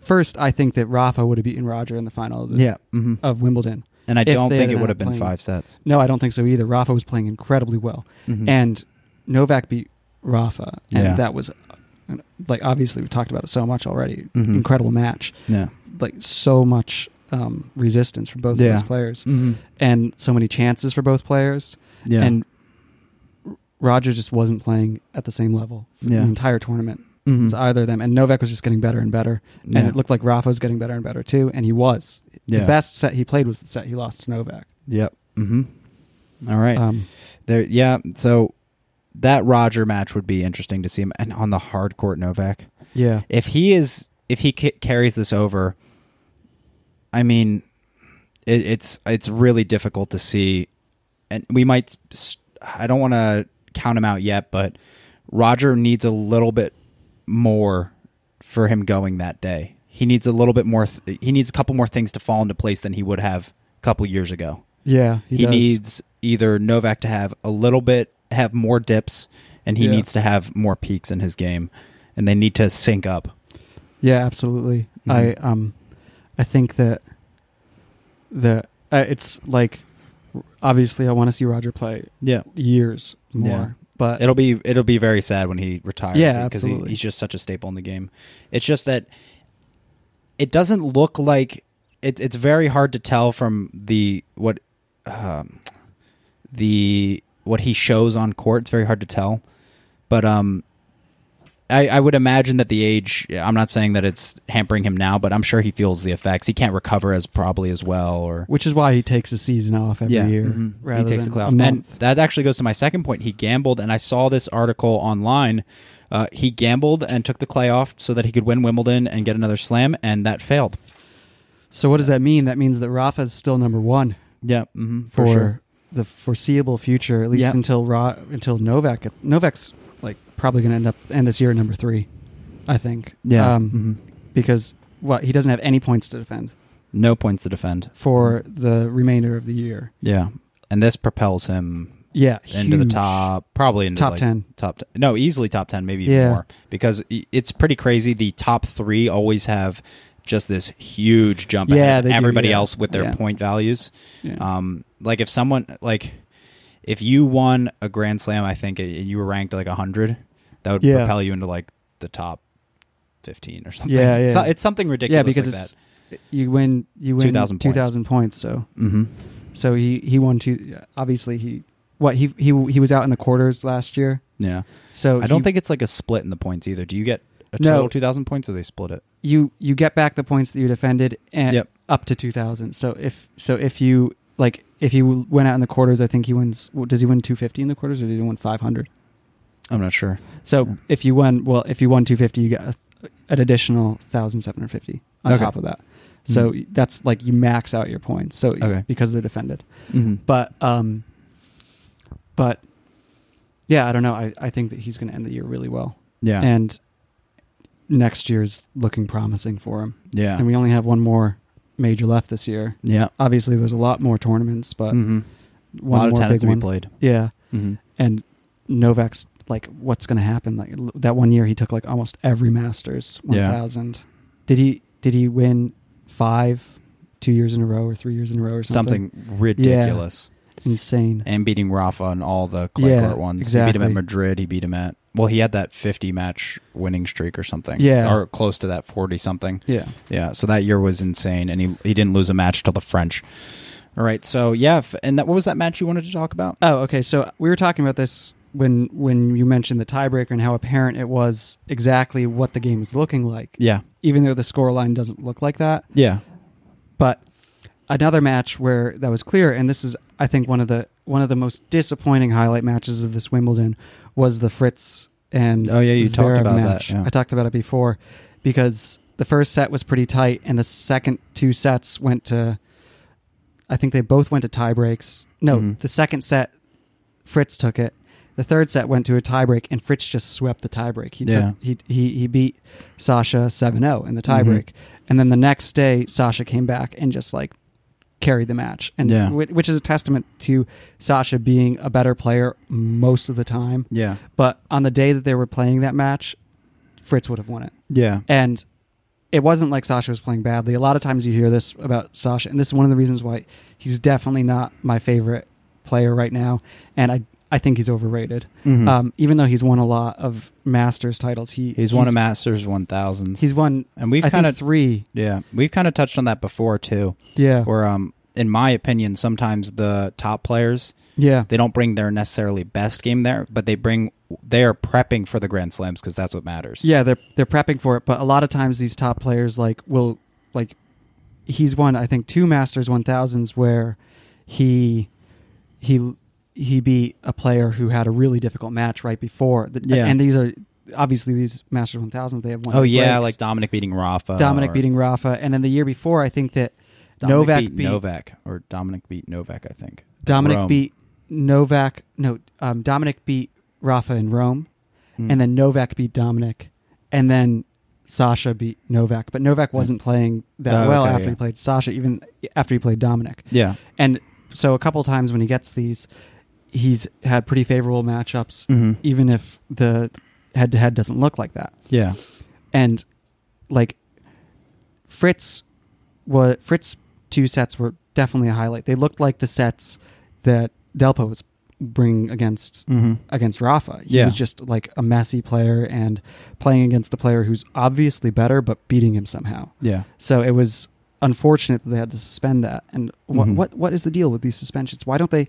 Speaker 2: first, I think that Rafa would have beaten Roger in the final of, the,
Speaker 1: Mm-hmm.
Speaker 2: of Wimbledon.
Speaker 1: And I
Speaker 2: If
Speaker 1: don't
Speaker 2: they
Speaker 1: think
Speaker 2: had
Speaker 1: it would
Speaker 2: not
Speaker 1: have been
Speaker 2: played-
Speaker 1: five sets.
Speaker 2: No, I don't think so either. Rafa was playing incredibly well,
Speaker 1: Mhm.
Speaker 2: and Novak beat Rafa, and
Speaker 1: Yeah.
Speaker 2: that was uh, like obviously we've talked about it so much already.
Speaker 1: Mhm.
Speaker 2: Incredible match,
Speaker 1: Yeah.
Speaker 2: like so much um, resistance from both
Speaker 1: Yeah.
Speaker 2: of those players,
Speaker 1: Mm-hmm.
Speaker 2: and so many chances for both players.
Speaker 1: Yeah.
Speaker 2: And R- Roger just wasn't playing at the same level for
Speaker 1: Yeah.
Speaker 2: the entire tournament.
Speaker 1: Mhm.
Speaker 2: It's either of them. And Novak was just getting better and better.
Speaker 1: Yeah.
Speaker 2: And it looked like Rafa was getting better and better too. And he was.
Speaker 1: Yeah.
Speaker 2: The best set he played was the set he lost to Novak.
Speaker 1: Yep. Mm-hmm. All right.
Speaker 2: Um,
Speaker 1: there. Yeah. So that Roger match would be interesting to see him, and on the hard court Novak.
Speaker 2: yeah.
Speaker 1: If he is, if he ca- carries this over, I mean, it, it's it's really difficult to see, and we might. s- I don't want to count him out yet, but Roger needs a little bit more for him going that day. He needs a little bit more. Th- he needs a couple more things to fall into place than he would have a couple years ago
Speaker 2: Yeah. He,
Speaker 1: he
Speaker 2: does.
Speaker 1: needs either Novak to have a little bit have more dips and he
Speaker 2: Yeah.
Speaker 1: needs to have more peaks in his game and they need to sync up.
Speaker 2: Yeah, absolutely.
Speaker 1: Mm-hmm.
Speaker 2: I, um, I think that the, uh, it's like, obviously, I want to see Roger play
Speaker 1: Yeah.
Speaker 2: years more.
Speaker 1: Yeah.
Speaker 2: But
Speaker 1: Uh, It'll be it'll be very sad when he retires
Speaker 2: Yeah,
Speaker 1: he,
Speaker 2: absolutely.
Speaker 1: he's just such a staple in the game. It's just that it doesn't look like it, it's very hard to tell from the what um, the what he shows on court. It's very hard to tell, but um, I, I would imagine that the age. I'm not saying that it's hampering him now, but I'm sure he feels the effects. He can't recover as probably as well, or
Speaker 2: which is why he takes a season off every year.
Speaker 1: mhm.
Speaker 2: rather
Speaker 1: he takes
Speaker 2: than
Speaker 1: the
Speaker 2: a
Speaker 1: playoff. And
Speaker 2: month.
Speaker 1: that actually goes to my second point. He gambled, and I saw this article online. Uh, he gambled and took the clay off so that he could win Wimbledon and get another slam, and that failed.
Speaker 2: So what does that mean? That means that Rafa's still number one
Speaker 1: Yeah, mm-hmm,
Speaker 2: for, the foreseeable future, at least
Speaker 1: Yeah.
Speaker 2: until Ra- until Novak. gets- Novak's like probably going to end up end this year at number three, I think.
Speaker 1: Yeah, Mm-hmm.
Speaker 2: um, because what he doesn't have any points to defend
Speaker 1: no points to defend.
Speaker 2: for
Speaker 1: Mm-hmm.
Speaker 2: the remainder of the year.
Speaker 1: Yeah, and this propels him
Speaker 2: Yeah,
Speaker 1: into the
Speaker 2: huge.
Speaker 1: top, probably into
Speaker 2: Top
Speaker 1: like,
Speaker 2: 10.
Speaker 1: top t- no, easily top ten, maybe even
Speaker 2: Yeah.
Speaker 1: more, because i- it's pretty crazy. The top three always have just this huge jump.
Speaker 2: Yeah,
Speaker 1: ahead of
Speaker 2: they do,
Speaker 1: everybody
Speaker 2: yeah.
Speaker 1: else with their
Speaker 2: Yeah.
Speaker 1: point values.
Speaker 2: Yeah.
Speaker 1: Um, like if someone like if you won a Grand Slam, I think, and you were ranked like hundred, that would
Speaker 2: Yeah.
Speaker 1: propel you into like the top fifteen or something.
Speaker 2: Yeah, yeah.
Speaker 1: So- it's something ridiculous.
Speaker 2: yeah, because
Speaker 1: like
Speaker 2: it's you win you win
Speaker 1: 2,000 points.
Speaker 2: 2000 points so
Speaker 1: that. hmm
Speaker 2: so he he won two obviously he what he he he was out in the quarters last year
Speaker 1: Yeah,
Speaker 2: so
Speaker 1: I don't
Speaker 2: he-
Speaker 1: think it's like a split in the points either. Do you get a
Speaker 2: No.
Speaker 1: total two thousand points, or they split it?
Speaker 2: you you get back the points that you defended and
Speaker 1: Yep.
Speaker 2: up to 2000 so if so if you like if he went out in the quarters i think he wins well, does he win 250 in the quarters or did he win 500
Speaker 1: I'm not sure.
Speaker 2: so
Speaker 1: Yeah.
Speaker 2: if you won well if you won 250 you get a, an additional 1750 on
Speaker 1: Okay.
Speaker 2: top of that so
Speaker 1: Mhm.
Speaker 2: that's like you max out your points so
Speaker 1: Okay.
Speaker 2: because they're defended
Speaker 1: Mm-hmm.
Speaker 2: but um but yeah i don't know i, I think that he's going to end the year really well
Speaker 1: yeah,
Speaker 2: and next year's looking promising for him
Speaker 1: yeah,
Speaker 2: and we only have one more major left this year.
Speaker 1: yeah.
Speaker 2: Obviously, there's a lot more tournaments, but
Speaker 1: hmm A
Speaker 2: one
Speaker 1: lot of
Speaker 2: more
Speaker 1: tennis
Speaker 2: big
Speaker 1: to
Speaker 2: one. Mm-hmm.
Speaker 1: be played.
Speaker 2: Yeah,
Speaker 1: hmm
Speaker 2: and Novak's like, what's going to happen? Like l- that one year, he took like almost every Masters
Speaker 1: Yeah.
Speaker 2: 1000. Did he? Did he win five, two years in a row, or three years in a row, or something?
Speaker 1: Something ridiculous.
Speaker 2: insane.
Speaker 1: and beating Rafa on all the clay
Speaker 2: Yeah,
Speaker 1: court ones. He beat him at
Speaker 2: exactly.
Speaker 1: Madrid. He beat him at well, he had that fifty match winning streak or something.
Speaker 2: Yeah.
Speaker 1: or close to that forty something.
Speaker 2: yeah,
Speaker 1: Yeah, so that year was insane, and he he didn't lose a match till the French. All right, so yeah, f- and that what was that match you wanted to talk about?
Speaker 2: Oh, okay. So we were talking about this when when you mentioned the tiebreaker and how apparent it was exactly what the game was looking like,
Speaker 1: Yeah,
Speaker 2: even though the score line doesn't look like that.
Speaker 1: yeah,
Speaker 2: But another match where that was clear, and this is I think one of the one of the most disappointing highlight matches of this Wimbledon was the Fritz and
Speaker 1: Oh, yeah, you
Speaker 2: Zverev
Speaker 1: talked about that,
Speaker 2: match.
Speaker 1: yeah.
Speaker 2: I talked about it before because the first set was pretty tight, and the second two sets went to. I think they both went to tie breaks. No,
Speaker 1: Mhm.
Speaker 2: the second set, Fritz took it. The third set went to a tie break, and Fritz just swept the tie break. He
Speaker 1: Yeah.
Speaker 2: took, he, he he beat Sasha 7-0 in the tie
Speaker 1: Mhm.
Speaker 2: break. And then the next day, Sasha came back and just like carried the match, and
Speaker 1: Yeah.
Speaker 2: whi- which is a testament to Sasha being a better player most of the time.
Speaker 1: yeah,
Speaker 2: But on the day that they were playing that match, Fritz would have won it,
Speaker 1: yeah,
Speaker 2: and it wasn't like Sasha was playing badly. A lot of times you hear this about Sasha, and this is one of the reasons why he's definitely not my favorite player right now, and I I think he's overrated.
Speaker 1: Mhm.
Speaker 2: Um, even though he's won a lot of Masters titles, he
Speaker 1: he's, won a Masters one thousand.
Speaker 2: He's won,
Speaker 1: And we've
Speaker 2: I think,
Speaker 1: kinda-
Speaker 2: three.
Speaker 1: Yeah, we've kind of touched on that before too.
Speaker 2: Yeah,
Speaker 1: Where um, in my opinion, sometimes the top players
Speaker 2: yeah,
Speaker 1: they don't bring their necessarily best game there, but they bring they are prepping for the grand slams because that's what matters.
Speaker 2: yeah. They're they're prepping for it, but a lot of times these top players like will like he's won I think two Masters one thousands where he he he beat a player who had a really difficult match right before. The,
Speaker 1: Yeah.
Speaker 2: and these are obviously these Masters one thousands they have won.
Speaker 1: Oh
Speaker 2: the
Speaker 1: yeah,
Speaker 2: breaks.
Speaker 1: like Dominic beating Rafa.
Speaker 2: Dominic
Speaker 1: or-
Speaker 2: beating Rafa, and then the year before I think that
Speaker 1: Dominic
Speaker 2: Novak
Speaker 1: beat, Novak or Dominic beat Novak. I think
Speaker 2: Dominic
Speaker 1: Rome.
Speaker 2: beat Novak. No, um, Dominic beat Rafa in Rome,
Speaker 1: Hmm.
Speaker 2: and then Novak beat Dominic, and then Sasha beat Novak. But Novak
Speaker 1: Yeah.
Speaker 2: wasn't playing that
Speaker 1: Oh,
Speaker 2: well
Speaker 1: okay,
Speaker 2: after
Speaker 1: yeah.
Speaker 2: he played Sasha, even after he played Dominic.
Speaker 1: yeah,
Speaker 2: And so a couple times when he gets these, he's had pretty favorable matchups,
Speaker 1: mm-hmm.
Speaker 2: even if the head to head doesn't look like that
Speaker 1: yeah,
Speaker 2: and like Fritz was Fritz two sets were definitely a highlight. They looked like the sets that Delpo was bringing against
Speaker 1: mm-hmm.
Speaker 2: against Rafa. He
Speaker 1: Yeah.
Speaker 2: was just like a messy player and playing against a player who's obviously better but beating him somehow.
Speaker 1: yeah,
Speaker 2: So it was unfortunate that they had to suspend that. And what
Speaker 1: Mhm.
Speaker 2: what what is the deal with these suspensions? Why don't they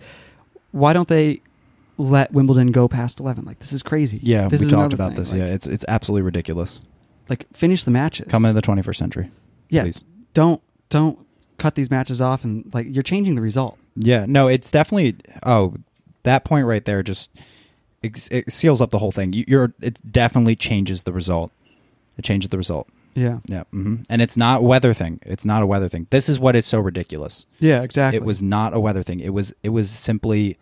Speaker 2: why don't they let Wimbledon go past 11? Like this is crazy.
Speaker 1: yeah.
Speaker 2: this
Speaker 1: we
Speaker 2: is
Speaker 1: talked
Speaker 2: another
Speaker 1: about
Speaker 2: thing.
Speaker 1: this.
Speaker 2: Like-
Speaker 1: yeah, it's it's absolutely ridiculous.
Speaker 2: Like finish the matches.
Speaker 1: Coming to the 21st century.
Speaker 2: Yeah.
Speaker 1: please.
Speaker 2: don't don't cut these matches off and like you're changing the result.
Speaker 1: Yeah, no, it's definitely. Oh, that point right there just it, it seals up the whole thing. You, you're it definitely changes the result. It changes the result.
Speaker 2: Yeah.
Speaker 1: Yeah, hmm and it's not a weather thing. It's not a weather thing. This is what is so ridiculous.
Speaker 2: Yeah, exactly.
Speaker 1: It was not a weather thing. It was it was simply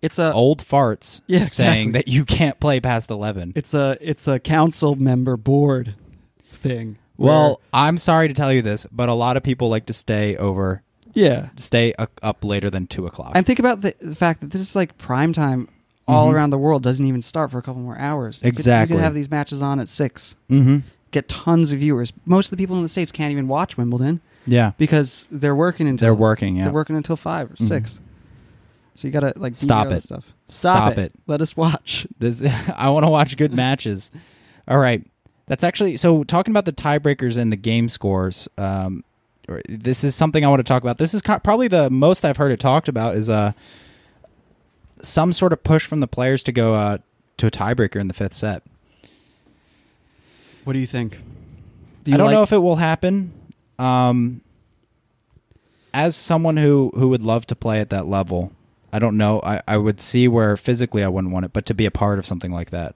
Speaker 2: it's a
Speaker 1: old farts
Speaker 2: Yeah,
Speaker 1: saying
Speaker 2: exactly.
Speaker 1: that you can't play past eleven.
Speaker 2: it's a it's a council member board thing.
Speaker 1: well, I'm sorry to tell you this, but a lot of people like to stay over,
Speaker 2: where- yeah.
Speaker 1: stay u- up later than two o'clock.
Speaker 2: And think about the, the fact that this is like prime time all
Speaker 1: Mhm.
Speaker 2: around the world doesn't even start for a couple more hours. You could-
Speaker 1: Exactly.
Speaker 2: you could have these matches on at 6.
Speaker 1: mm-hmm.
Speaker 2: Get tons of viewers. Most of the people in the states can't even watch Wimbledon
Speaker 1: Yeah,
Speaker 2: because they're working until
Speaker 1: they're working. Yeah, Mm-hmm.
Speaker 2: they're working until 5 or 6. So you gotta like
Speaker 1: Stop
Speaker 2: derail
Speaker 1: it.
Speaker 2: this Stuff.
Speaker 1: Stop it.
Speaker 2: Let us watch.
Speaker 1: This I want to watch good matches. All right, that's actually so. Talking about the tiebreakers and the game scores, um, or- this is something I want to talk about. This is co- probably the most I've heard it talked about is uh some sort of push from the players to go uh, to a tiebreaker in the fifth set.
Speaker 2: What do you think?
Speaker 1: I don't know if it will happen. Um, as someone who who would love to play at that level, I don't know. I, I would see where physically I wouldn't want it, but to be a part of something like that,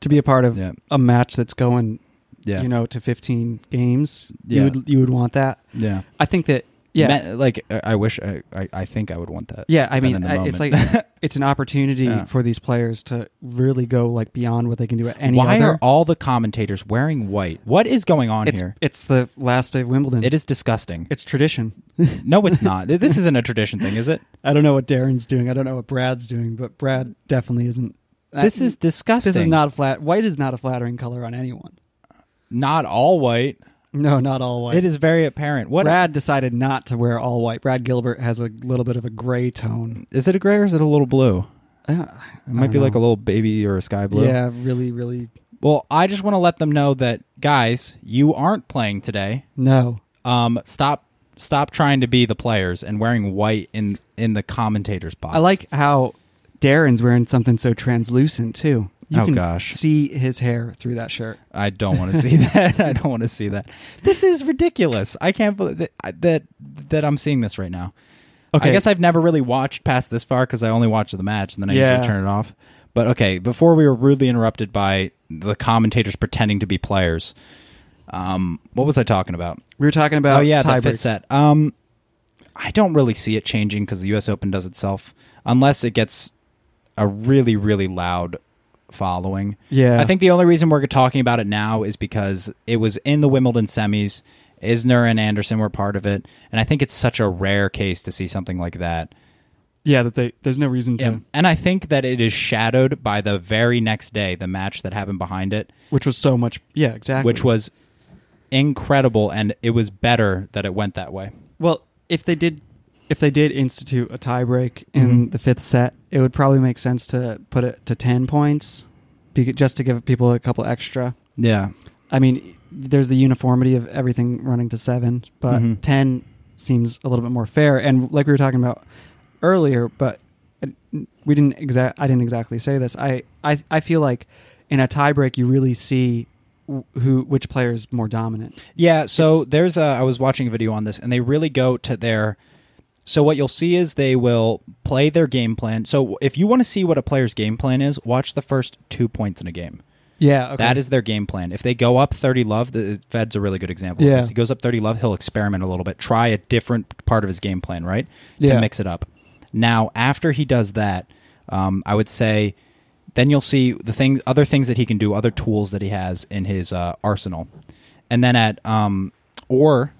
Speaker 2: to be a part of
Speaker 1: yeah,
Speaker 2: a match that's going,
Speaker 1: yeah,
Speaker 2: you know, to 15 games.
Speaker 1: Yeah.
Speaker 2: You would you would want that.
Speaker 1: yeah.
Speaker 2: I think that yeah.
Speaker 1: Me- like uh, I I wish I, I, I think I would want that.
Speaker 2: yeah, I
Speaker 1: been in
Speaker 2: mean,
Speaker 1: the
Speaker 2: I, it's like
Speaker 1: moment.
Speaker 2: it's an opportunity
Speaker 1: Yeah.
Speaker 2: for these players to really go like beyond what they can do at any
Speaker 1: Why
Speaker 2: other.
Speaker 1: are all the commentators wearing white? What is going on
Speaker 2: it's
Speaker 1: here?
Speaker 2: it's the last day of Wimbledon.
Speaker 1: It is disgusting.
Speaker 2: It's tradition.
Speaker 1: no, it's not. This isn't a tradition thing, is it?
Speaker 2: I don't know what Darren's doing. I don't know what Brad's doing, but Brad definitely isn't.
Speaker 1: This is disgusting.
Speaker 2: this is not a flat. White is not a flattering color on anyone.
Speaker 1: not all white.
Speaker 2: No, not all white.
Speaker 1: It is very apparent. What is
Speaker 2: Brad decided not to wear all white. Brad Gilbert has a little bit of a gray tone.
Speaker 1: it? A gray or is it a little blue?
Speaker 2: Uh,
Speaker 1: It might be like a little baby or a sky blue.
Speaker 2: yeah, really, really
Speaker 1: Well, I just want to let them know that guys, you aren't playing today.
Speaker 2: no.
Speaker 1: Um, stop, stop trying to be the players and wearing white in in the commentators box.
Speaker 2: I like how Darren's wearing something so translucent too. You
Speaker 1: Oh,
Speaker 2: can
Speaker 1: gosh.
Speaker 2: see his hair through that shirt.
Speaker 1: I don't want to see that. I don't want to see that. This is ridiculous. I can't believe that that, that I'm seeing this right now. I
Speaker 2: Okay.
Speaker 1: guess I've never really watched past this far because I only watched the match and then I
Speaker 2: Yeah.
Speaker 1: usually turn it off. But okay, before we were rudely interrupted by the commentators pretending to be players. Um, what was I talking about?
Speaker 2: We were talking about
Speaker 1: oh yeah, the
Speaker 2: tie
Speaker 1: fifth
Speaker 2: breaks.
Speaker 1: set. Um, I don't really see it changing because the U.S. Open does itself, unless it gets a really really loud following.
Speaker 2: Yeah,
Speaker 1: I think the only reason we're talking about it now is because it was in the Wimbledon semis. Isner and Anderson were part of it, and I think it's such a rare case to see something like that.
Speaker 2: yeah that they there's no reason to,
Speaker 1: And I think that it is shadowed by the very next day, the match that happened behind it,
Speaker 2: which was so much. Yeah, exactly.
Speaker 1: which was incredible, and it was better that it went that way.
Speaker 2: Well, if they did, if they did institute a tiebreak in
Speaker 1: Mhm.
Speaker 2: the fifth set, it would probably make sense to put it to ten points, be, just to give people a couple extra.
Speaker 1: Yeah,
Speaker 2: I mean, there's the uniformity of everything running to seven, but
Speaker 1: Mhm.
Speaker 2: ten seems a little bit more fair. And like we were talking about earlier, but we didn't exact. I didn't exactly say this. I I I feel like in a tiebreak, you really see wh- who which player is more dominant.
Speaker 1: Yeah, so there's a I was watching a video on this and they really go to their so what you'll see is they will play their game plan. So if you want to see what a player's game plan is, watch the first 2 points in a game.
Speaker 2: Yeah, okay.
Speaker 1: That is their game plan. If they go up 30 love, the Fed's a really good example.
Speaker 2: Yeah.
Speaker 1: Of this. He goes up 30 love, he'll experiment a little bit, try a different part of his game plan, right?
Speaker 2: Yeah.
Speaker 1: To mix it up. Now, after he does that, um, I would say then you'll see the thing, other things that he can do, other tools that he has in his uh, arsenal. And then at, um, or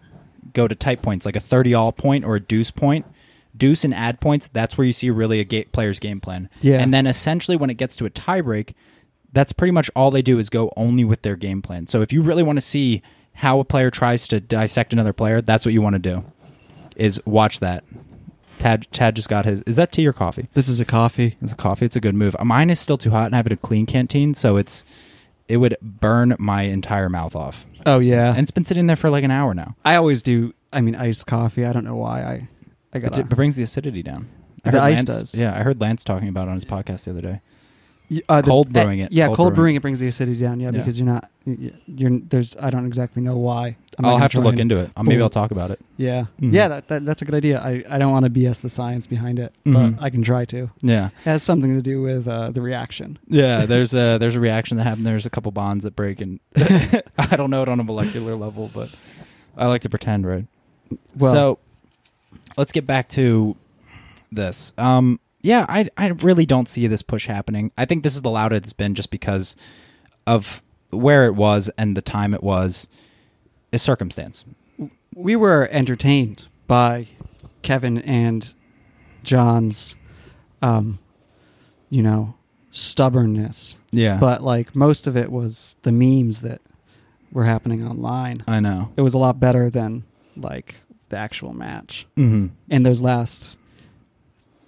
Speaker 1: go to tight points, like a 30 all point or a deuce point. Deuce and add points, that's where you see really a ga- player's game plan.
Speaker 2: Yeah.
Speaker 1: And then essentially when it gets to a tiebreak, that's pretty much all they do is go only with their game plan. So if you really want to see how a player tries to dissect another player, that's what you want to do. Is watch that. Tad Tad just got his. Is that tea or coffee?
Speaker 2: this is a coffee.
Speaker 1: It's a coffee. It's a good move. Mine is still too hot, and I have it in a clean canteen, so it's it would burn my entire mouth off.
Speaker 2: Oh yeah,
Speaker 1: And it's been sitting there for like an hour now.
Speaker 2: I always do. I mean, iced coffee. I don't know why I. I
Speaker 1: It,
Speaker 2: got
Speaker 1: it brings the acidity down.
Speaker 2: The ice
Speaker 1: Lance,
Speaker 2: does.
Speaker 1: Yeah, I heard Lance talking about it on his podcast the other day.
Speaker 2: uh, the-
Speaker 1: cold brewing it.
Speaker 2: Yeah,
Speaker 1: Cold
Speaker 2: cold,
Speaker 1: brewing.
Speaker 2: brewing. it brings the acidity down. Yeah,
Speaker 1: Yeah.
Speaker 2: because you're not. y- You're there's. I don't exactly know why. I'm not
Speaker 1: I'll
Speaker 2: gonna
Speaker 1: have to
Speaker 2: try
Speaker 1: look
Speaker 2: and-
Speaker 1: into it. Uh, Maybe
Speaker 2: fool-
Speaker 1: I'll talk about it.
Speaker 2: Yeah,
Speaker 1: Mhm.
Speaker 2: yeah. That, that that's a good idea. I I don't want to BS the science behind it,
Speaker 1: Mhm.
Speaker 2: but I can try to.
Speaker 1: Yeah.
Speaker 2: It has something to do with uh, the reaction.
Speaker 1: Yeah, there's a there's a reaction that happened. There's a couple bonds that break, and I don't know it on a molecular level, but I like to pretend, right?
Speaker 2: Well-
Speaker 1: so let's get back to this. Um, yeah, I I really don't see this push happening. I think this is the loudest it's been just because of where it was and the time it was, is circumstance.
Speaker 2: We were entertained by Kevin and John's, um, you know, stubbornness.
Speaker 1: Yeah,
Speaker 2: but like most of it was the memes that were happening online.
Speaker 1: I know.
Speaker 2: It was a lot better than like the actual match.
Speaker 1: Mm-hmm.
Speaker 2: And those last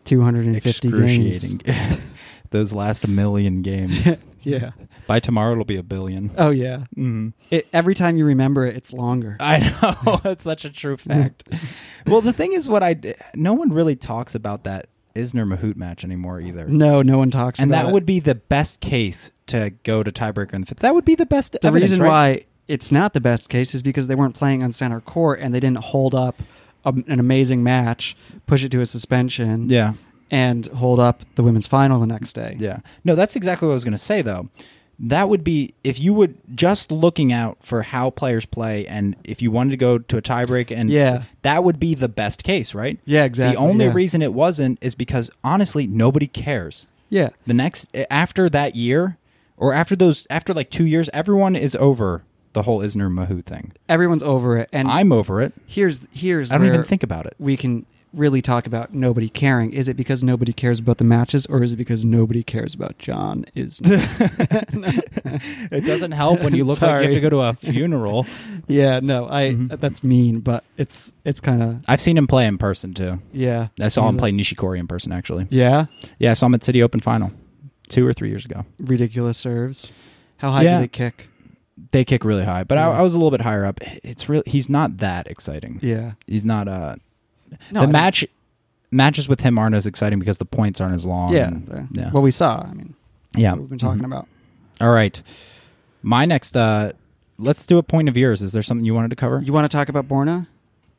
Speaker 2: 250 games.
Speaker 1: Excruciating. Those last million games.
Speaker 2: yeah.
Speaker 1: By tomorrow, it'll be a billion.
Speaker 2: Oh yeah.
Speaker 1: Mm.
Speaker 2: It, every time you remember it, it's longer.
Speaker 1: I know that's such a true fact. well, the thing is, what I d- no one really talks about that Isner Mahout match anymore either,
Speaker 2: no, no one talks
Speaker 1: and
Speaker 2: about
Speaker 1: that
Speaker 2: it.
Speaker 1: would be the best case to go to tiebreaker in the fifth. That would be the best.
Speaker 2: the
Speaker 1: evidence,
Speaker 2: reason
Speaker 1: right?
Speaker 2: why it's not the best case is because they weren't playing on center court and they didn't hold up a, an amazing match, push it to a suspension,
Speaker 1: Yeah,
Speaker 2: and hold up the women's final the next day.
Speaker 1: yeah. No, that's exactly what I was going to say though. That would be if you would just looking out for how players play, and if you wanted to go to a tiebreak, and
Speaker 2: Yeah.
Speaker 1: that would be the best case, right?
Speaker 2: Yeah, exactly.
Speaker 1: The only
Speaker 2: yeah.
Speaker 1: reason it wasn't is because honestly, nobody cares.
Speaker 2: Yeah.
Speaker 1: the next after that year or after those after like two years everyone is over the whole isner mahu thing
Speaker 2: Everyone's over it. And
Speaker 1: i'm over it
Speaker 2: here's here's
Speaker 1: i don't
Speaker 2: where
Speaker 1: even think about it
Speaker 2: we can really talk about nobody caring. Is it because nobody cares about the matches or is it because nobody cares about John is
Speaker 1: it doesn't help when you look like you
Speaker 2: Sorry.
Speaker 1: have to go to a funeral
Speaker 2: Yeah, no, I
Speaker 1: Mhm.
Speaker 2: that's mean, but it's it's kind of
Speaker 1: i've seen him play in person too
Speaker 2: yeah.
Speaker 1: i saw him
Speaker 2: He's a-
Speaker 1: play nishikori in person actually
Speaker 2: Yeah,
Speaker 1: yeah i saw him at city open final two or three years ago
Speaker 2: ridiculous serves. How high
Speaker 1: Yeah.
Speaker 2: do they kick?
Speaker 1: they kick really high but I,
Speaker 2: Yeah.
Speaker 1: I was a little bit higher up it's really he's not that exciting
Speaker 2: Yeah,
Speaker 1: he's not uh
Speaker 2: no, I
Speaker 1: the
Speaker 2: don't-
Speaker 1: match matches with him aren't as exciting because the points aren't as long
Speaker 2: Yeah,
Speaker 1: and-
Speaker 2: the-
Speaker 1: yeah.
Speaker 2: What we saw. I mean,
Speaker 1: yeah
Speaker 2: what we've been talking
Speaker 1: Mhm.
Speaker 2: about.
Speaker 1: All right. My next uh let's do a point of yours. Is there something you wanted to cover?
Speaker 2: You want to talk about Borna?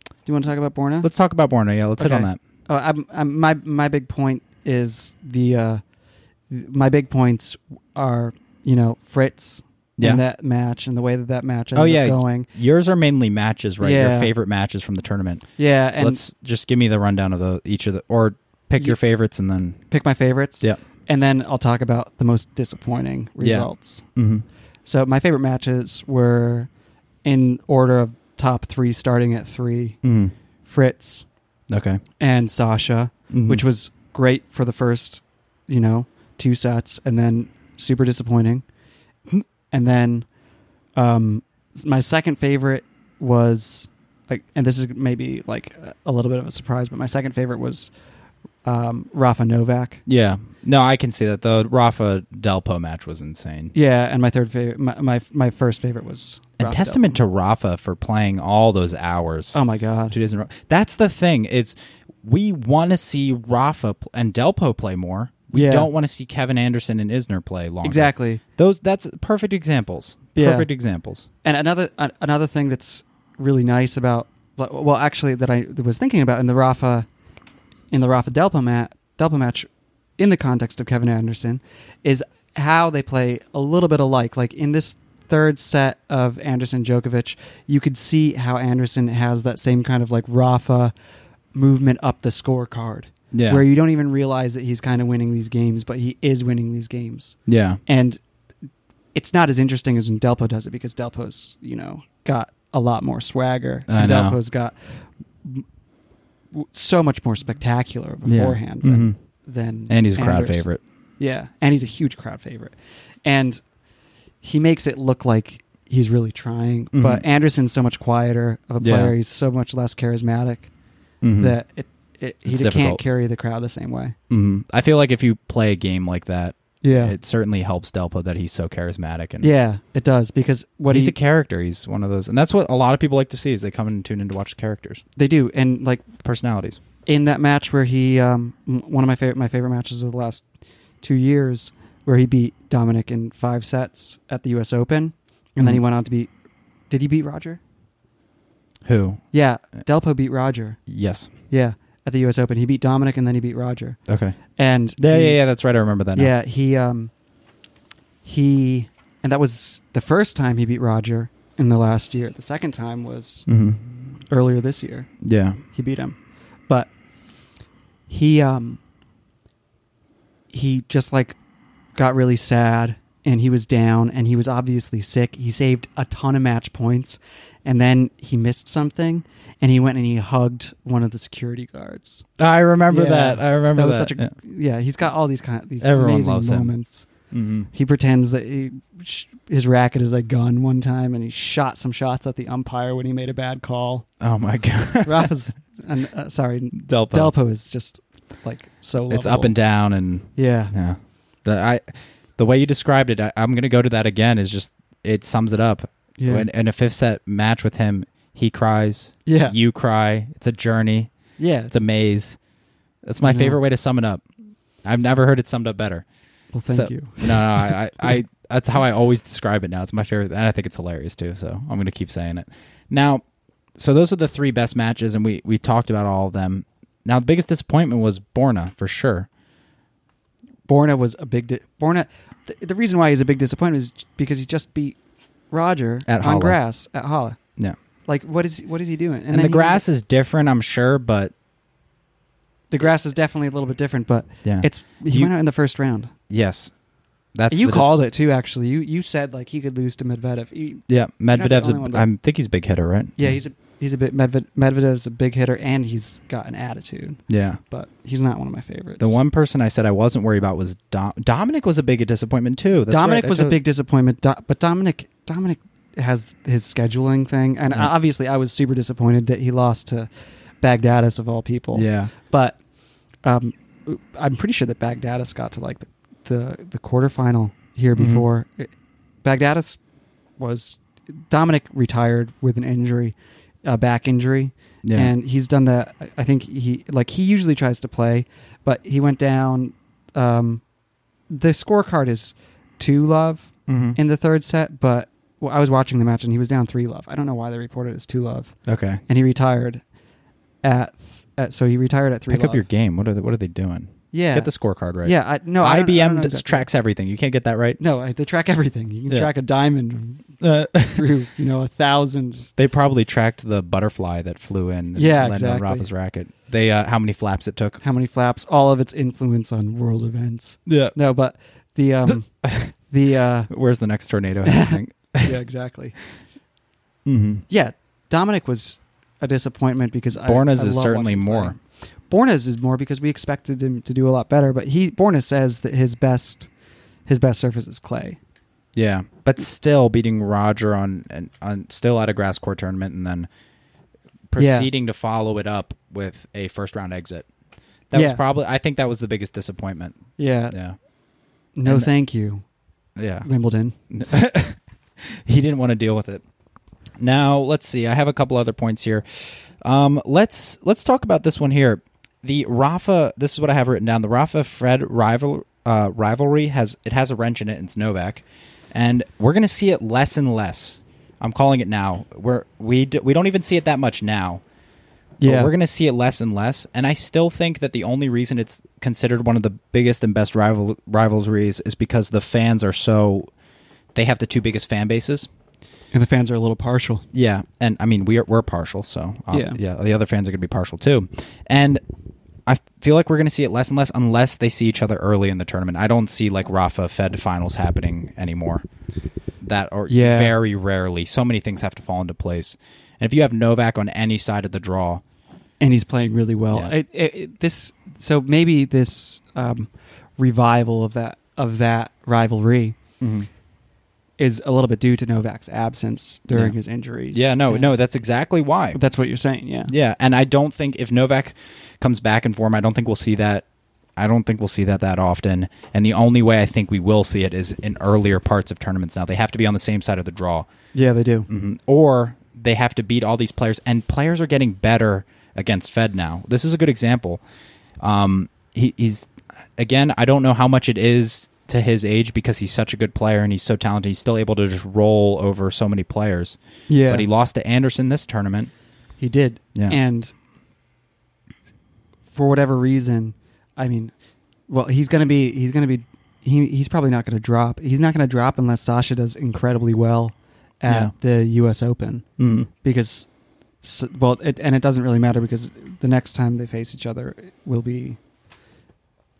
Speaker 2: Do you want to talk about Borna?
Speaker 1: Let's talk about Borneo. Yeah, let's hit on
Speaker 2: Okay.
Speaker 1: that.
Speaker 2: Oh, I'm, I'm, my my big point is the uh, my big points are you know Fritz
Speaker 1: Yeah.
Speaker 2: in that match and the way that that match ended
Speaker 1: Oh,
Speaker 2: up
Speaker 1: yeah.
Speaker 2: going.
Speaker 1: Yours are mainly matches, right? Your
Speaker 2: Yeah.
Speaker 1: favorite matches from the tournament.
Speaker 2: Yeah, and
Speaker 1: let's just give me the rundown of the each of the or pick
Speaker 2: Ye-
Speaker 1: your favorites and then
Speaker 2: pick my favorites.
Speaker 1: Yeah.
Speaker 2: and then I'll talk about the most disappointing
Speaker 1: Yeah.
Speaker 2: results.
Speaker 1: Mhm.
Speaker 2: So my favorite matches were in order of top three, starting at three:
Speaker 1: Mhm.
Speaker 2: Fritz
Speaker 1: Okay.
Speaker 2: and Sasha,
Speaker 1: Mhm.
Speaker 2: which was great for the first, you know, two sets, and then super disappointing. and then, um, s- my second favorite was like, and this is maybe like a- a little bit of a surprise, but my second favorite was um, Rafa Novak.
Speaker 1: Yeah. No, I can see that. The Rafa Delpo match was insane.
Speaker 2: Yeah, and my third favorite, my my, my first favorite was
Speaker 1: And
Speaker 2: Rafa
Speaker 1: testament to Rafa for playing all those hours.
Speaker 2: Del- Oh my god!
Speaker 1: two days in a row. That's the thing. It's we want to see Rafa pl- and Delpo play more. We
Speaker 2: Yeah.
Speaker 1: don't want to see Kevin Anderson and Isner play longer.
Speaker 2: Exactly.
Speaker 1: Those that's perfect examples.
Speaker 2: Yeah.
Speaker 1: Perfect examples.
Speaker 2: And another an another thing that's really nice about well, actually, that I was thinking about in the Rafa in the Rafa Delpa mat Delpa match in the context of Kevin Anderson is how they play a little bit alike. Like in this third set of Anderson Djokovic, you could see how Anderson has that same kind of like Rafa movement up the scorecard.
Speaker 1: Yeah.
Speaker 2: Where you don't even realize that he's kind of winning these games, but he is winning these games
Speaker 1: yeah.
Speaker 2: and it's not as interesting as when Delpo does it because Delpo's you know got a lot more swagger.
Speaker 1: I
Speaker 2: and
Speaker 1: know.
Speaker 2: Delpo's got m- w- so much more spectacular
Speaker 1: Yeah.
Speaker 2: beforehand than,
Speaker 1: Mhm.
Speaker 2: than
Speaker 1: And he's a crowd
Speaker 2: Anderson.
Speaker 1: favorite.
Speaker 2: Yeah, and he's a huge crowd favorite, and he makes it look like he's really trying.
Speaker 1: Mhm.
Speaker 2: But Anderson's so much quieter of a
Speaker 1: Yeah.
Speaker 2: player. He's so much less charismatic
Speaker 1: Mhm.
Speaker 2: that it, it he
Speaker 1: It's
Speaker 2: d- can't
Speaker 1: difficult.
Speaker 2: carry the crowd the same way.
Speaker 1: Mhm. I feel like if you play a game like that,
Speaker 2: Yeah,
Speaker 1: it certainly helps Delpo that he's so charismatic and
Speaker 2: yeah, it does because what
Speaker 1: he's
Speaker 2: he,
Speaker 1: a character. He's one of those, and that's what a lot of people like to see is they come in and tune in to watch the characters,
Speaker 2: they do, and like
Speaker 1: the personalities.
Speaker 2: in that match where he um, m- one of my favorite my favorite matches of the last two years where he beat Dominic in five sets at the U.S. Open, and then he
Speaker 1: Mhm.
Speaker 2: went on to beat. Did he beat Roger?
Speaker 1: Who?
Speaker 2: Yeah,
Speaker 1: Uh,
Speaker 2: Delpo beat Roger.
Speaker 1: Yes.
Speaker 2: Yeah, at the U.S. Open, he beat Dominic and then he beat Roger.
Speaker 1: Okay.
Speaker 2: And
Speaker 1: Yeah,
Speaker 2: he-
Speaker 1: yeah, yeah. That's right. I remember that. now.
Speaker 2: yeah, he um, he and that was the first time he beat Roger in the last year. The second time was
Speaker 1: Mhm.
Speaker 2: earlier this year.
Speaker 1: Yeah.
Speaker 2: he beat him but he um he just like got really sad and he was down and he was obviously sick he saved a ton of match points and then he missed something and he went and he hugged one of the security guards
Speaker 1: I remember
Speaker 2: Yeah.
Speaker 1: that. I remember
Speaker 2: that
Speaker 1: that.
Speaker 2: was such a yeah. he's got all these kind of these
Speaker 1: Everyone
Speaker 2: amazing
Speaker 1: loves him.
Speaker 2: moments
Speaker 1: Mhm.
Speaker 2: he pretends that he, sh- his racket is a gun one time and he shot some shots at the umpire when he made a bad call
Speaker 1: Oh my god,
Speaker 2: rafa's uh, sorry
Speaker 1: Delpo.
Speaker 2: Delpo is just like so.
Speaker 1: It's up and down and
Speaker 2: yeah,
Speaker 1: yeah. The I the way you described it, I, I'm gonna go to that again. Is just it sums it up.
Speaker 2: yeah,
Speaker 1: When, in a fifth set match with him, he cries,
Speaker 2: yeah,
Speaker 1: you cry. It's a journey.
Speaker 2: yeah.
Speaker 1: It's a maze. That's my
Speaker 2: No.
Speaker 1: favorite way to sum it up. I've never heard it summed up better.
Speaker 2: well, thank
Speaker 1: so-
Speaker 2: you.
Speaker 1: No, no, I, I, I that's how I always describe it now. It's my favorite, and I think it's hilarious too. So I'm going to keep saying it. Now, so those are the three best matches, and we we talked about all of them. Now, the biggest disappointment was Borna for sure.
Speaker 2: Borna was a big. Di- Borna, th- the reason why he's a big disappointment is j- because he just beat Roger
Speaker 1: At
Speaker 2: on
Speaker 1: Hala.
Speaker 2: grass at Hala.
Speaker 1: Yeah,
Speaker 2: Like, what is what is he doing?
Speaker 1: and,
Speaker 2: then
Speaker 1: the
Speaker 2: he-
Speaker 1: grass is different, I'm sure, but
Speaker 2: the grass is definitely a little bit different, but
Speaker 1: yeah,
Speaker 2: it's he
Speaker 1: You-
Speaker 2: went out in the first round.
Speaker 1: yes, that's
Speaker 2: you
Speaker 1: the dis-
Speaker 2: called it too, actually. You you said like he could lose to Medvedev. You-
Speaker 1: yeah,
Speaker 2: not the
Speaker 1: Medvedev's.
Speaker 2: only one,
Speaker 1: A,
Speaker 2: but-
Speaker 1: I think he's a big hitter, right?
Speaker 2: yeah, he's a he's a bit Medved, Medvedev's a big hitter, and he's got an attitude,
Speaker 1: yeah.
Speaker 2: but he's not one of my favorites.
Speaker 1: The one person I said I wasn't worried about was Dom- Dominic. Was a big disappointment too. That's
Speaker 2: Dominic
Speaker 1: right. I
Speaker 2: was a
Speaker 1: chose-
Speaker 2: big disappointment, Do- but Dominic Dominic has his scheduling thing, and
Speaker 1: Yeah.
Speaker 2: obviously I was super disappointed that he lost to Baghdadis of all people.
Speaker 1: Yeah,
Speaker 2: but um, I'm pretty sure that Baghdadis got to like the the, the quarterfinal here
Speaker 1: Mhm.
Speaker 2: before. It- Baghdadis was Dominic retired with an injury, a back injury,
Speaker 1: yeah,
Speaker 2: and he's done that. I- I think he like he usually tries to play, but he went down. Um, the scorecard is two love
Speaker 1: Mhm.
Speaker 2: in the third set, but well, I was watching the match and he was down three love. I don't know why they reported it as two love,
Speaker 1: okay.
Speaker 2: and he retired at, th- at so he retired at three.
Speaker 1: Pick up
Speaker 2: love.
Speaker 1: your game. What are they, what are they doing?
Speaker 2: yeah
Speaker 1: Get the scorecard right.
Speaker 2: yeah. I, no, I don't- I don't
Speaker 1: IBM
Speaker 2: know
Speaker 1: d-
Speaker 2: exactly.
Speaker 1: tracks everything. You can't get that right.
Speaker 2: No, I- they track everything. You can
Speaker 1: Yeah.
Speaker 2: track a diamond
Speaker 1: Uh,
Speaker 2: through you know a thousand.
Speaker 1: they probably tracked the butterfly that flew in. And
Speaker 2: Yeah,
Speaker 1: landed
Speaker 2: exactly.
Speaker 1: On Rafa's racket. They uh, how many flaps it took.
Speaker 2: How many flaps? All of its influence on world events.
Speaker 1: Yeah.
Speaker 2: No, but the um the uh
Speaker 1: Where's the next tornado happening?
Speaker 2: yeah exactly
Speaker 1: mm-hmm.
Speaker 2: yeah Dominic was a disappointment because I-
Speaker 1: Bornas
Speaker 2: I
Speaker 1: is
Speaker 2: love
Speaker 1: certainly
Speaker 2: watching him
Speaker 1: more.
Speaker 2: play. Bornas is more because we expected him to do a lot better, but he Bornas says that his best his best surface is clay.
Speaker 1: Yeah, but still beating Roger on and on still at a grass court tournament, and then proceeding to follow it up with a first round exit. That was
Speaker 2: Yeah. Uh,
Speaker 1: probably. I think that was the biggest disappointment.
Speaker 2: Yeah,
Speaker 1: Yeah.
Speaker 2: no,
Speaker 1: And-
Speaker 2: thank you,
Speaker 1: Yeah.
Speaker 2: Wimbledon.
Speaker 1: he didn't want to deal with it. Now let's see. I have a couple other points here. Um, let's let's talk about this one here. The Rafa. This is what I have written down. The Rafa Fred rival uh, rivalry has it has a wrench in it. and It's Novak, and we're gonna see it less and less. I'm calling it now. We're we d- we don't even see it that much now.
Speaker 2: Yeah,
Speaker 1: But we're going to see it less and less. And I still think that the only reason it's considered one of the biggest and best rival- rivalries is because the fans are so. They have the two biggest fan bases.
Speaker 2: and the fans are a little partial.
Speaker 1: Yeah. And I mean, we're, we're partial. So, um,
Speaker 2: Yeah.
Speaker 1: yeah. the other fans are going to be partial too. And I feel like we're going to see it less and less unless they see each other early in the tournament. I don't see like Rafa Fed finals happening anymore. That or
Speaker 2: Yeah.
Speaker 1: very rarely. So many things have to fall into place. And if you have Novak on any side of the draw,
Speaker 2: and he's playing really well.
Speaker 1: Yeah.
Speaker 2: It, it, it- this so maybe this um, revival of that of that rivalry is a little bit due to Novak's absence
Speaker 1: Yeah.
Speaker 2: during his injuries.
Speaker 1: Yeah, no,
Speaker 2: And
Speaker 1: no, that's exactly why.
Speaker 2: that's what you're saying. Yeah,
Speaker 1: Yeah, and I don't think if Novak comes back in form, I don't think we'll see that. I don't think we'll see that that often. And the only way I think we will see it is in earlier parts of tournaments. Now they have to be on the same side of the draw,
Speaker 2: yeah, they do.
Speaker 1: mm-hmm. or they have to beat all these players. And players are getting better against Fed now. This is a good example. Um, he, he's again. I don't know how much it is to his age because he's such a good player and he's so talented. He's still able to just roll over so many players.
Speaker 2: Yeah,
Speaker 1: But he lost to Anderson this tournament.
Speaker 2: He did.
Speaker 1: Yeah.
Speaker 2: And for whatever reason, I mean, well, he's gonna be he's gonna be he he's probably not gonna drop. He's not gonna drop unless Sasha does incredibly well at the U.S. Open
Speaker 1: Mm.
Speaker 2: because s- well, it, and it doesn't really matter because the next time they face each other will be.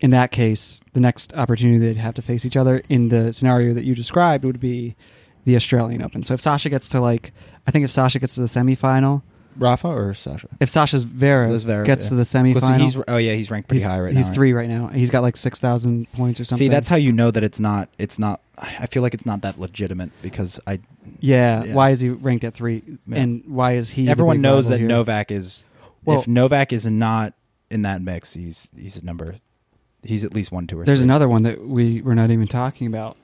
Speaker 2: In that case, the next opportunity they'd have to face each other in the scenario that you described would be the Australian Open. So if Sasha gets to like, I think if Sasha gets to the semifinal,
Speaker 1: Rafa or Sasha?
Speaker 2: if Sasha's Vera
Speaker 1: That's Vera,
Speaker 2: gets
Speaker 1: yeah.
Speaker 2: to the semifinal,
Speaker 1: he's oh yeah, he's ranked pretty
Speaker 2: he's-
Speaker 1: high right
Speaker 2: he's
Speaker 1: now.
Speaker 2: three right now. He's got like six thousand points or something.
Speaker 1: See, that's how you know that it's not. It's not. I feel like it's not that legitimate because I.
Speaker 2: yeah,
Speaker 1: yeah.
Speaker 2: Why is he ranked at three?
Speaker 1: Yeah.
Speaker 2: And why is he? the
Speaker 1: everyone
Speaker 2: big
Speaker 1: knows
Speaker 2: rival
Speaker 1: that
Speaker 2: here?
Speaker 1: Novak is.
Speaker 2: Well-
Speaker 1: if Novak is not in that mix, he's he's a number. He's at least one, two, or
Speaker 2: There's
Speaker 1: three.
Speaker 2: another one that we were not even talking about.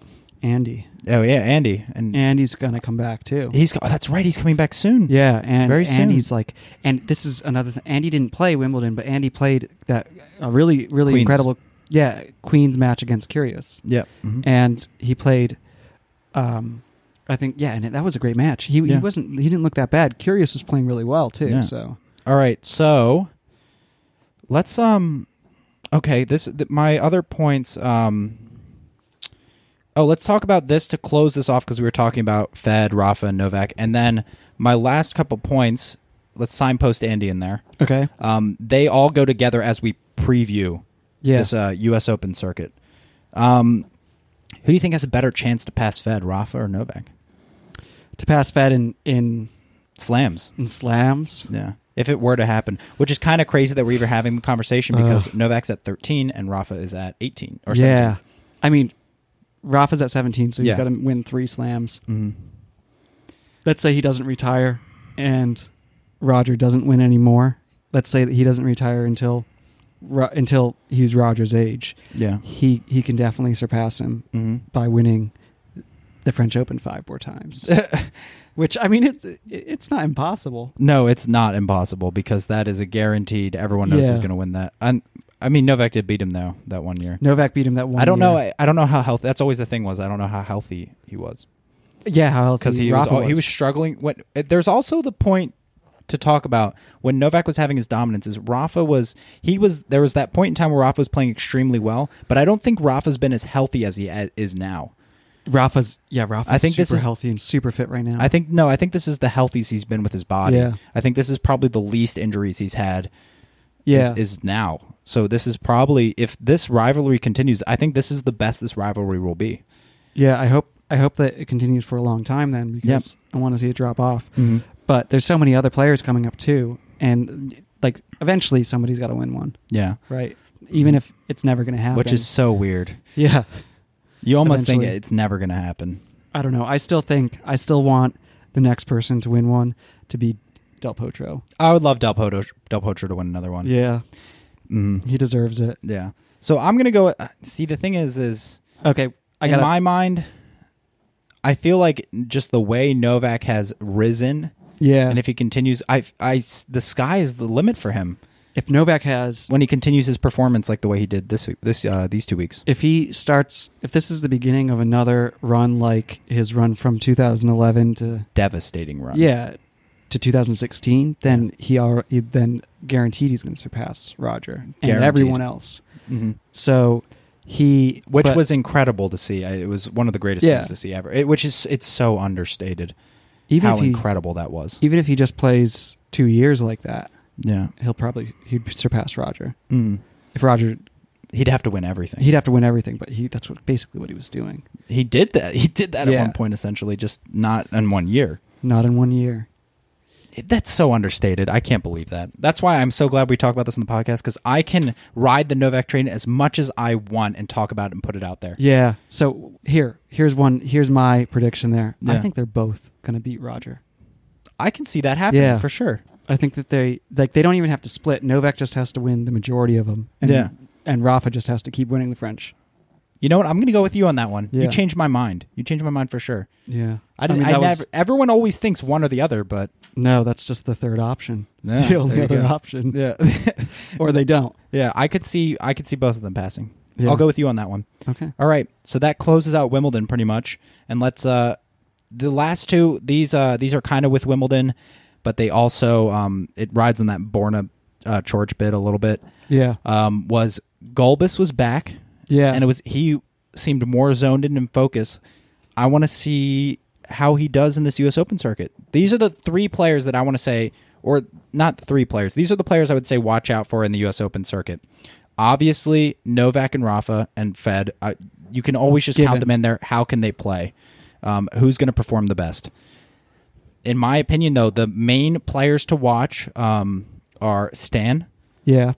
Speaker 2: Andy.
Speaker 1: Oh yeah, Andy, and
Speaker 2: Andy's gonna come back too.
Speaker 1: he's co- oh, that's right. He's coming back soon.
Speaker 2: Yeah, and
Speaker 1: Very soon.
Speaker 2: Andy's like, and this is another thing. Andy didn't play Wimbledon, but Andy played that a really, really
Speaker 1: Queens.
Speaker 2: incredible, yeah, Queens match against Curious,
Speaker 1: Yep. Mhm.
Speaker 2: and he played, um, I think, yeah, and that was a great match. He he
Speaker 1: Yeah.
Speaker 2: wasn't, he didn't look that bad. Curious was playing really well too.
Speaker 1: Yeah.
Speaker 2: So
Speaker 1: All right, so let's um okay, this th- my other points um Oh, let's talk about this to close this off because we were talking about Fed, Rafa, and Novak. And then my last couple points, let's signpost Andy in there.
Speaker 2: okay,
Speaker 1: Um, they all go together as we preview
Speaker 2: yeah,
Speaker 1: this uh, U.S. Open circuit. Um, who do you think has a better chance to pass Fed, Rafa, or Novak?
Speaker 2: to pass Fed in in
Speaker 1: Slams.
Speaker 2: in slams.
Speaker 1: Yeah. If it were to happen, which is kind of crazy that we're even having the conversation because
Speaker 2: Ugh.
Speaker 1: Novak's at 13 and Rafa is at 18 or 17.
Speaker 2: Yeah, I mean, Rafa's at seventeen, so he's
Speaker 1: Yeah.
Speaker 2: got to win three slams.
Speaker 1: Mhm.
Speaker 2: let's say he doesn't retire and Roger doesn't win anymore. Let's say that he doesn't retire until Ro- until he's Roger's age.
Speaker 1: Yeah.
Speaker 2: He he can definitely surpass him
Speaker 1: hmm
Speaker 2: by winning the French Open five more times. Which I mean it's it's not impossible.
Speaker 1: No, it's not impossible because that is a guaranteed everyone knows
Speaker 2: Yeah.
Speaker 1: who's going to win that. i I mean, Novak did beat him, though, that one year.
Speaker 2: Novak beat him that one.
Speaker 1: I don't
Speaker 2: year.
Speaker 1: know. I, I don't know how healthy. That's always the thing was I don't know how healthy he was
Speaker 2: yeah, how
Speaker 1: because
Speaker 2: healthy
Speaker 1: he was,
Speaker 2: Rafa
Speaker 1: al- he was struggling. When uh, there's also the point to talk about when Novak was having his dominance is Rafa was he was there was that point in time where Rafa was playing extremely well, but I don't think Rafa's been as healthy as he a- is now.
Speaker 2: Rafa's yeah, Rafa's
Speaker 1: I think
Speaker 2: super
Speaker 1: this is-
Speaker 2: healthy and super fit right now.
Speaker 1: I think no, I think this is the healthiest he's been with his body.
Speaker 2: Yeah.
Speaker 1: I think this is probably the least injuries he's had.
Speaker 2: yeah.
Speaker 1: Is, is now. So this is probably if this rivalry continues, I think this is the best this rivalry will be.
Speaker 2: yeah, I hope I hope that it continues for a long time then because I want to see it drop off.
Speaker 1: Mm-hmm.
Speaker 2: but there's so many other players coming up too and like eventually somebody's got to win one
Speaker 1: Yeah,
Speaker 2: right even if it's never going to happen
Speaker 1: Mm-hmm. which is so weird.
Speaker 2: yeah
Speaker 1: You almost think
Speaker 2: Eventually.
Speaker 1: it's never going to happen.
Speaker 2: i don't know i still think i still want the next person to win one to be del potro
Speaker 1: I would love Del Potro, Del Potro to win another one.
Speaker 2: yeah
Speaker 1: Mhm.
Speaker 2: he deserves it
Speaker 1: Yeah. So I'm gonna go. uh, See, the thing is, is
Speaker 2: okay i
Speaker 1: in
Speaker 2: got
Speaker 1: my mind, I feel like just the way Novak has risen,
Speaker 2: yeah
Speaker 1: and
Speaker 2: and
Speaker 1: if he continues, I, I s- the sky is the limit for him
Speaker 2: if novak has
Speaker 1: when he continues his performance like the way he did this, this, uh, these two weeks.
Speaker 2: if he starts if this is the beginning of another run like his run from 2011 to
Speaker 1: Devastating run.
Speaker 2: yeah to 2016 then he already then guaranteed he's going to surpass roger and
Speaker 1: Guaranteed.
Speaker 2: everyone else
Speaker 1: hmm
Speaker 2: so he
Speaker 1: Which
Speaker 2: but-
Speaker 1: was incredible to see. I- It was one of the greatest
Speaker 2: Yeah.
Speaker 1: things to see ever. It, which is, it's so understated
Speaker 2: even
Speaker 1: how
Speaker 2: if he,
Speaker 1: incredible that was.
Speaker 2: even if he just plays two years like that
Speaker 1: Yeah.
Speaker 2: he'll probably he'd surpass roger
Speaker 1: Mm.
Speaker 2: if roger
Speaker 1: He'd have to win everything.
Speaker 2: he'd have to win everything but he that's what basically what he was doing
Speaker 1: he did that. He did that
Speaker 2: Yeah.
Speaker 1: at one point, essentially, just not in one year.
Speaker 2: not in one year
Speaker 1: It- That's so understated. I can't believe that. That's why I'm so glad we talk about this in the podcast because I can ride the Novak train as much as I want and talk about it and put it out there.
Speaker 2: yeah so here here's one here's my prediction there i
Speaker 1: Yeah.
Speaker 2: think they're both going to beat roger
Speaker 1: I can see that happening
Speaker 2: Yeah.
Speaker 1: for sure.
Speaker 2: I think that they like they don't even have to split. Novak just has to win the majority of them, and
Speaker 1: Yeah.
Speaker 2: and Rafa just has to keep winning the French.
Speaker 1: You know what? I'm going to go with you on that one.
Speaker 2: Yeah.
Speaker 1: You changed my mind. You changed my mind for sure.
Speaker 2: Yeah,
Speaker 1: I didn't. I,
Speaker 2: that was-
Speaker 1: never. Everyone always thinks one or the other, but
Speaker 2: no, that's just the third option.
Speaker 1: Yeah,
Speaker 2: the only
Speaker 1: there you
Speaker 2: other
Speaker 1: go.
Speaker 2: option,
Speaker 1: yeah,
Speaker 2: or they don't.
Speaker 1: yeah. I could see. I could see both of them passing.
Speaker 2: Yeah.
Speaker 1: I'll go with you on that one.
Speaker 2: Okay,
Speaker 1: All right. So that closes out Wimbledon pretty much. And let's uh the last two these uh these are kind of with Wimbledon, but they also um it rides on that Borna uh George bit a little bit.
Speaker 2: yeah,
Speaker 1: Um was Golbus was back
Speaker 2: yeah,
Speaker 1: and it was he seemed more zoned in and focused. I want to see how he does in this US Open circuit. These are the three players that I want to say or not three players. These are the players I would say watch out for in the US Open circuit. Obviously, Novak and Rafa and Fed, uh, you can always just
Speaker 2: Given.
Speaker 1: count them in there. How can they play? Um, who's going to perform the best? In my opinion, though, the main players to watch um, are Stan,
Speaker 2: yeah,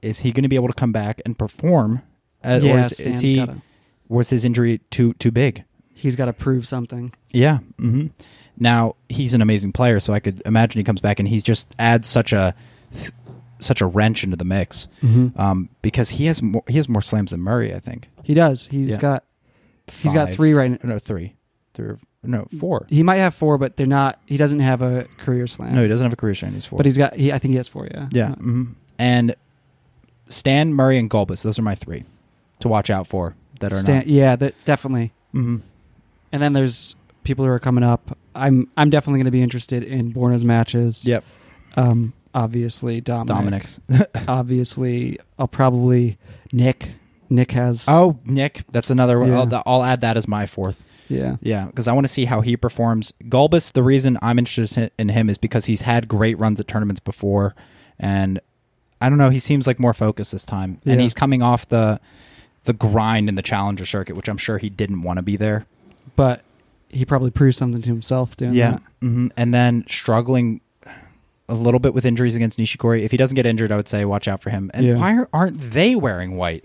Speaker 1: is he going to be able to come back and perform? Uh,
Speaker 2: yeah.
Speaker 1: or is,
Speaker 2: Stan's
Speaker 1: is he
Speaker 2: gotta,
Speaker 1: was his injury too too big?
Speaker 2: he's got to prove something.
Speaker 1: Yeah. hmm Now he's an amazing player, so I could imagine he comes back and he's just adds such a such a wrench into the mix
Speaker 2: Mm-hmm.
Speaker 1: um, because he has more, he has more slams than Murray. I think
Speaker 2: He does. He's
Speaker 1: Yeah.
Speaker 2: got he's got
Speaker 1: Five.
Speaker 2: three right now.
Speaker 1: No, three, three, no, four.
Speaker 2: He might have four, but they're not. He doesn't have a career slam.
Speaker 1: no, he doesn't have a career shine. He's four.
Speaker 2: but he's got. He, I think he has four. Yeah.
Speaker 1: yeah, mhm. and Stan Murray and Golbus. Those are my three to watch out for that are
Speaker 2: Stan, yeah. That definitely.
Speaker 1: not. Mhm.
Speaker 2: And then there's people who are coming up. I'm I'm definitely going to be interested in Borna's matches.
Speaker 1: Yep,
Speaker 2: Um. Obviously, Dominic.
Speaker 1: Dominic's.
Speaker 2: Obviously, I'll probably Nick. Nick has.
Speaker 1: oh, Nick, that's another one.
Speaker 2: Yeah.
Speaker 1: I'll, I'll add that as my fourth.
Speaker 2: Yeah.
Speaker 1: Yeah, because I want to see how he performs. Gulbis, the reason I'm interested in him is because he's had great runs at tournaments before, and I don't know, he seems like more focused this time, and
Speaker 2: Yeah.
Speaker 1: he's coming off the the grind in the challenger circuit, which I'm sure he didn't want to be there.
Speaker 2: But he probably proves something to himself doing that.
Speaker 1: hmm and then struggling a little bit with injuries against Nishikori. If he doesn't get injured, I would say watch out for him. And
Speaker 2: Yeah.
Speaker 1: why aren't they wearing white?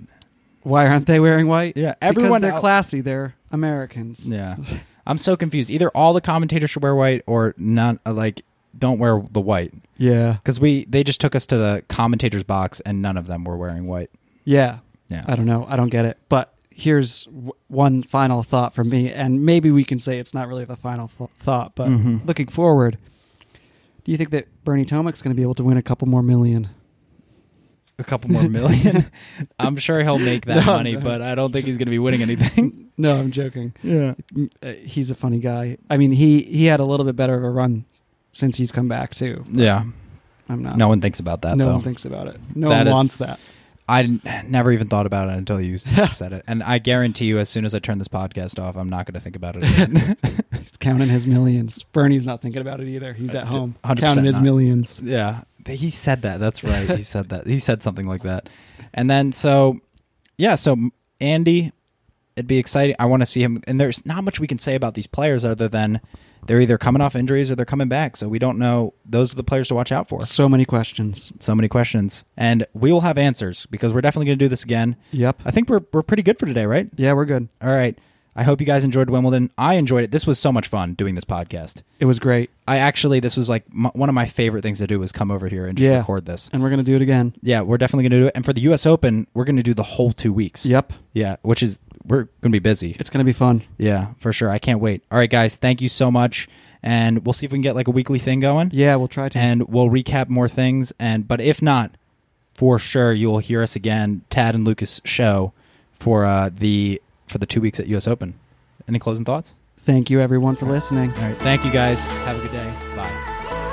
Speaker 2: Why aren't they wearing white?
Speaker 1: Yeah,
Speaker 2: because
Speaker 1: everyone
Speaker 2: they're
Speaker 1: el-
Speaker 2: classy. They're Americans.
Speaker 1: Yeah. I'm so confused. Either all the commentators should wear white or none uh, like don't wear the white.
Speaker 2: Yeah.
Speaker 1: Because we they just took us to the commentators box and none of them were wearing white.
Speaker 2: Yeah.
Speaker 1: Yeah.
Speaker 2: I don't know. I don't get it. But here's w- one final thought from me, and maybe we can say it's not really the final f- thought, but
Speaker 1: Mhm.
Speaker 2: looking forward, do you think that Bernie Tomic's going to be able to win a couple more million?
Speaker 1: A couple more million. I'm sure he'll make that
Speaker 2: No,
Speaker 1: money,
Speaker 2: no.
Speaker 1: but I don't think he's going to be winning anything.
Speaker 2: No, I'm joking.
Speaker 1: yeah.
Speaker 2: Mm, uh, He's a funny guy. I mean, he he had a little bit better of a run since he's come back too.
Speaker 1: Yeah.
Speaker 2: I'm not.
Speaker 1: No one thinks about that
Speaker 2: no
Speaker 1: though.
Speaker 2: one thinks about it. No
Speaker 1: That
Speaker 2: one
Speaker 1: is-
Speaker 2: wants that.
Speaker 1: I didn't- never even thought about it until you said it. And I guarantee you as soon as I turn this podcast off, I'm not going to think about it again.
Speaker 2: He's counting his millions. Bernie's not thinking about it either. He's at
Speaker 1: Uh, d-
Speaker 2: home
Speaker 1: 100%
Speaker 2: counting his
Speaker 1: not.
Speaker 2: millions.
Speaker 1: Yeah, he said that. That's right. He said that. He said something like that. And then so, yeah. So Andy, it'd be exciting. I want to see him. And there's not much we can say about these players other than they're either coming off injuries or they're coming back. So we don't know. Those are the players to watch out for.
Speaker 2: So many questions.
Speaker 1: So many questions, and we will have answers because we're definitely going to do this again.
Speaker 2: Yep.
Speaker 1: I think we're we're pretty good for today, right?
Speaker 2: Yeah, we're good.
Speaker 1: All right. I hope you guys enjoyed Wimbledon. I enjoyed it. This was so much fun doing this podcast.
Speaker 2: It was great,
Speaker 1: I actually, this was like m- one of my favorite things to do was come over here and just
Speaker 2: Yeah.
Speaker 1: record this.
Speaker 2: and we're gonna do it again.
Speaker 1: Yeah, we're definitely going to do it. And for the U.S. Open, we're going to do the whole two weeks.
Speaker 2: Yep.
Speaker 1: Yeah, which is, we're going to be busy.
Speaker 2: It's gonna be fun.
Speaker 1: Yeah, for sure. I can't wait. All right, guys, thank you so much. And we'll see if we can get like a weekly thing going.
Speaker 2: Yeah, we'll try to.
Speaker 1: And we'll recap more things. And, but if not, for sure, you'll hear us again, Tad and Lucas show for, uh, the, for the two weeks at U.S. Open. Any closing thoughts?
Speaker 2: Thank you everyone for listening.
Speaker 1: All right. Thank you guys. Have a good day. Bye.
Speaker 3: Thank you.